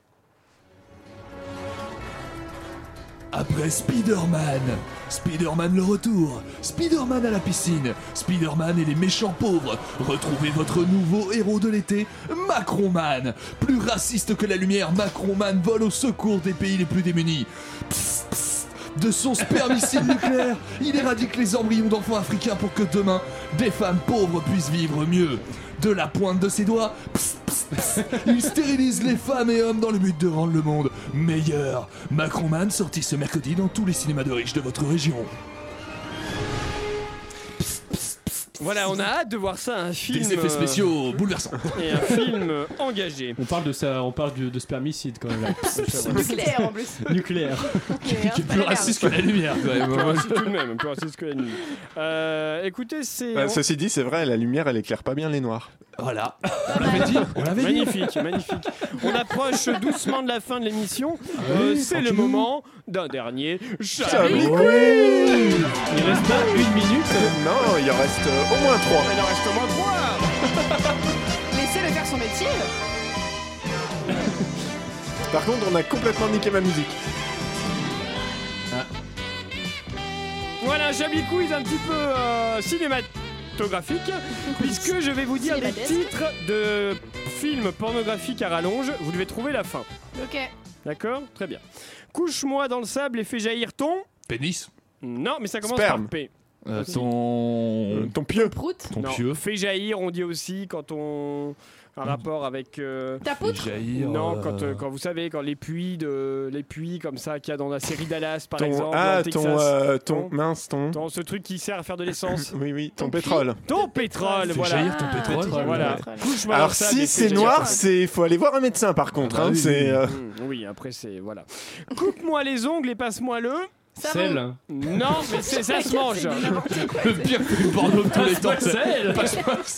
S4: Après Spider-Man, Spider-Man le retour, Spider-Man à la piscine, Spider-Man et les méchants pauvres, retrouvez votre nouveau héros de l'été, Macron-Man. Plus raciste que la lumière, Macron-Man vole au secours des pays les plus démunis. Psst, psst, de son spermicide nucléaire, il éradique les embryons d'enfants africains pour que demain, des femmes pauvres puissent vivre mieux. De la pointe de ses doigts, psst, psst, psst, il stérilise les femmes et hommes dans le but de rendre le monde meilleur. Macron Man sorti ce mercredi dans tous les cinémas de riches de votre région.
S5: Voilà, on a hâte de voir ça, un film.
S4: Des effets
S5: euh,
S4: spéciaux bouleversants.
S5: Et un film euh, engagé.
S1: On parle de ça, on parle du- de spermicide quand même. là.
S3: Nucléaire en plus.
S4: [LAUGHS]
S1: Nucléaire.
S3: Nucléaire, pas la merde.
S4: que la lumière, quand même.
S5: Plus raciste tout de même, plus raciste que la nuit. Euh, écoutez, c'est.
S2: Euh, ceci dit, c'est vrai, la lumière, elle éclaire pas bien les noirs.
S4: Voilà. On l'avait dit. On l'avait dit.
S5: magnifique, magnifique. On approche doucement de la fin de l'émission.
S4: Ah
S5: Euh,
S1: oui,
S5: c'est le
S1: tranquillou.
S5: moment d'un dernier
S2: Chablis
S5: Chablis
S2: Quiz
S1: Il reste pas une minute.
S2: Non, il en reste euh, au moins trois.
S5: Il en reste au moins trois.
S3: Laissez-le faire son métier.
S2: Par contre, on a complètement niqué ma musique.
S5: Voilà, un Chablis Quiz un petit peu euh, cinématographique, puisque je vais vous dire des
S3: Cinématesque.
S5: titres de films pornographiques à rallonge. Vous devez trouver la fin.
S3: Ok.
S5: D'accord Très bien. Couche-moi dans le sable et fais jaillir ton.
S4: Pénis.
S5: Non, mais ça commence
S2: Sperme.
S5: par P.
S4: Euh, ton.
S2: Ton pieu.
S3: Prout.
S4: Ton
S5: Non,
S4: pieu.
S5: Fait jaillir, on dit aussi quand on. Un rapport avec. euh,
S3: Ta poutre.
S4: Jaillir,
S5: non, quand,
S4: euh,
S5: euh, quand vous savez, quand les puits, de, les puits comme ça qu'il y a dans la série Dallas, par
S2: Ton.
S5: exemple,
S2: ah,
S5: en Texas.
S2: ton, euh, ton.
S5: Ton.
S2: Mince, ton.
S5: Dans ce truc qui sert à faire de l'essence.
S2: [LAUGHS] Oui, oui, ton,
S3: Ton
S2: pétrole.
S5: Ton pétrole,
S4: Fais
S5: voilà.
S4: jaillir ton pétrole.
S3: Ah,
S5: Voilà.
S3: pétrole.
S5: Couche-moi dans
S2: Alors,
S5: ça,
S2: si
S5: des
S2: c'est
S5: faits
S2: noir,
S3: jaillir.
S2: c'est faut aller voir un médecin par contre.
S4: Ah bah
S2: hein,
S4: oui,
S2: c'est.
S4: oui.
S2: euh,
S5: jaillir. Mmh, oui, après c'est. Voilà. Coupe-moi les ongles et passe-moi le.
S3: Ça
S1: Celle.
S3: va.
S5: Non, mais c'est ça se mange.
S3: C'est n'importe quoi,
S4: Le pire film porno de tous les temps. c'est-
S1: Celle.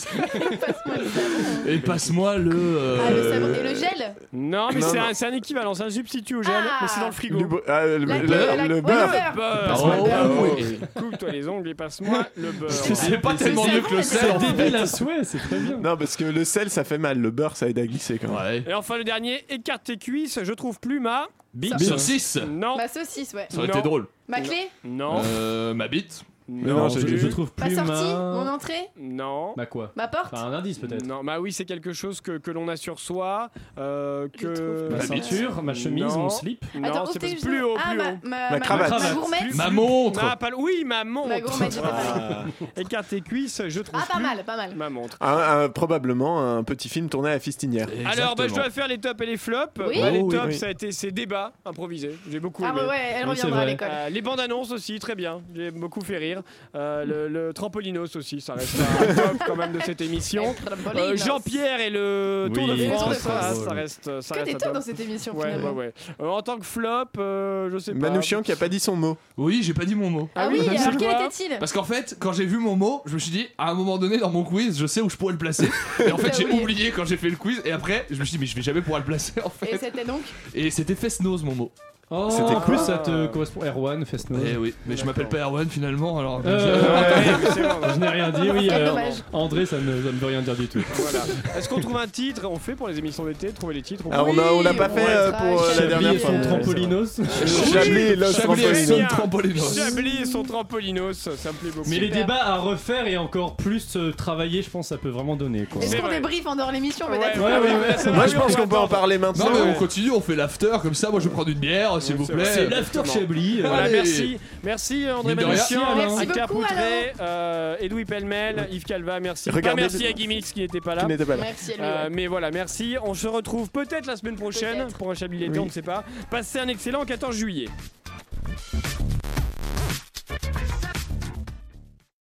S3: passe-moi le savon.
S4: Et passe-moi le. euh,
S3: Ah, le savon. Et le gel
S5: Non, mais
S2: Non,
S5: c'est
S2: non.
S5: un, c'est un équivalent, c'est un substitut au gel,
S3: Ah.
S5: mais c'est dans le frigo.
S2: du bo- ah, le,
S3: La-
S2: le-
S3: la-
S2: le
S3: ouais,
S2: beurre.
S3: le
S5: Beurre.
S4: passe-moi le beurre,
S2: Oh.
S4: oui.
S5: Coupe-toi les ongles et passe-moi le beurre.
S4: C'est pas tellement
S3: savon,
S4: mieux que le
S3: elle
S4: sel.
S1: C'est débile à souhait, c'est très bien.
S2: Non, parce que le sel, ça fait mal. Le beurre, ça aide à glisser quand même.
S4: Ouais.
S5: Et enfin le dernier, écarte tes cuisses, je trouve plus ma.
S4: Big
S1: Ça-
S4: saucisse.
S5: Non,
S3: Ma saucisse, ouais.
S4: Ça aurait
S5: Non.
S4: été drôle.
S3: Ma clé
S5: non,
S4: Euh, ma bite.
S5: non,
S2: non,
S1: je,
S5: plus.
S1: je trouve
S3: Ma
S1: plus
S3: sortie
S5: euh,
S3: Mon
S1: ma.
S3: entrée
S5: Non.
S1: Ma Bah, quoi
S3: Ma Bah, porte
S1: Enfin, un indice peut-être.
S5: Non, bah oui, c'est quelque chose que, que l'on a sur soi. euh,
S3: Je trouve
S5: que.
S1: Ma
S3: Ma
S1: ceinture, ma chemise,
S5: Non.
S1: mon slip.
S5: Non, c'est
S3: ôtez-
S5: plus plus haut,
S3: Ah,
S5: plus
S3: ma,
S5: haut.
S3: ma,
S2: Ma cravate.
S3: Ma gourmette
S5: Plus-
S4: Ma
S5: plus-
S4: montre.
S5: Ah, pas- Oui, ma montre.
S3: Ma gourmette,
S5: [LAUGHS]
S3: j'étais pas mal.
S2: Ah.
S5: Écarte tes cuisses, je trouve
S3: Ah, pas
S5: plus
S3: mal, pas mal.
S5: ma montre.
S2: Un- un- probablement un petit film tourné à la fistinière.
S5: Alors, bah, je
S4: Exactement.
S5: dois faire les tops et les flops.
S3: Oui.
S5: Bah, les
S2: Oh, oui,
S5: tops,
S2: oui.
S5: ça a été ces débats improvisés. J'ai beaucoup
S3: Ah,
S5: aimé.
S3: ouais, ouais, elle
S1: Oui, c'est
S3: reviendra à
S1: vrai.
S3: l'école.
S5: Euh, les bandes annonces aussi, très bien. J'ai beaucoup fait rire. Euh, le, le trampolinos aussi,
S3: [LAUGHS]
S5: ça reste un top quand même de cette émission. Euh, Jean-Pierre et le Tour
S4: Oui,
S5: de
S3: le Tour
S5: France,
S3: de France.
S5: ça, ça reste, ça
S3: Que
S5: reste
S3: des
S5: un
S3: tours
S5: top.
S3: dans cette émission,
S5: Ouais, ouais,
S3: finalement.
S5: ouais. Euh, en tant que flop, euh, je sais pas.
S2: Manouchian qui a pas dit son mot.
S4: Oui, j'ai pas dit mon mot.
S3: Ah oui,
S5: c'est
S3: alors
S5: quoi
S3: quel était-il
S4: Parce qu'en fait, quand j'ai vu mon mot, je me suis dit, à un moment donné dans mon quiz, je sais où je pourrais
S3: [LAUGHS]
S4: le placer. Et en fait,
S3: T'as
S4: j'ai
S3: oublié.
S4: oublié quand j'ai fait le quiz. Et après, je me suis dit, mais je vais jamais pouvoir le placer en
S3: Et
S4: fait.
S3: c'était donc
S4: Et c'était Fesnose mon mot.
S1: Oh,
S2: C'était
S1: en
S2: cool.
S1: plus, ça te correspond. Erwan, Festnose.
S4: Eh oui, mais je m'appelle pas Erwan finalement, alors.
S1: Euh,
S5: ouais, mais c'est bon.
S1: je n'ai rien dit, oui.
S5: Quel
S1: euh,
S5: dommage.
S1: André, ça ne, ça ne veut rien dire du tout.
S5: Voilà. Est-ce qu'on trouve un titre On fait pour les émissions d'été, trouver les titres.
S1: Ah, on a- on l'a pas fait, euh, pour, euh, la dernière fois.
S5: Trampolinos. [LAUGHS]
S1: Trampolinos. Chablis et Los Trampolinos. Trampolinos.
S5: Chablis et son Trampolinos, ça me plaît beaucoup.
S1: Mais les débats à refaire et encore plus euh, travailler, je pense, ça peut vraiment donner. Quoi.
S3: Est-ce qu'on débriefe en dehors l'émission peut-être
S1: ouais, ouais, ouais, c'est Moi, vrai, je pense on qu'on peut en attendre. parler maintenant.
S4: Non, mais on
S1: Ouais.
S4: continue, on fait l'after, comme ça, moi je vais prendre une bière, s'il vous
S1: c'est
S4: plaît.
S1: vrai. C'est l'after euh, Chablis.
S5: euh, Voilà,
S4: Allez.
S5: merci. Merci euh, André
S4: Mine de rien.
S5: Manouchian,
S4: Merci, Alain.
S5: Aka
S4: Merci beaucoup,
S5: Poutré, euh, Edoui Pellemel, Yves Calva, merci. Pas
S2: Regardez-
S5: merci à Gimmicks qui n'était pas là.
S2: Qui n'était pas là. Merci à lui,
S5: Euh,
S2: ouais.
S5: mais voilà, merci. On se retrouve peut-être la semaine prochaine pour un Chablis d'été,
S2: Oui.
S5: on ne sait pas. Passez un excellent 14 juillet.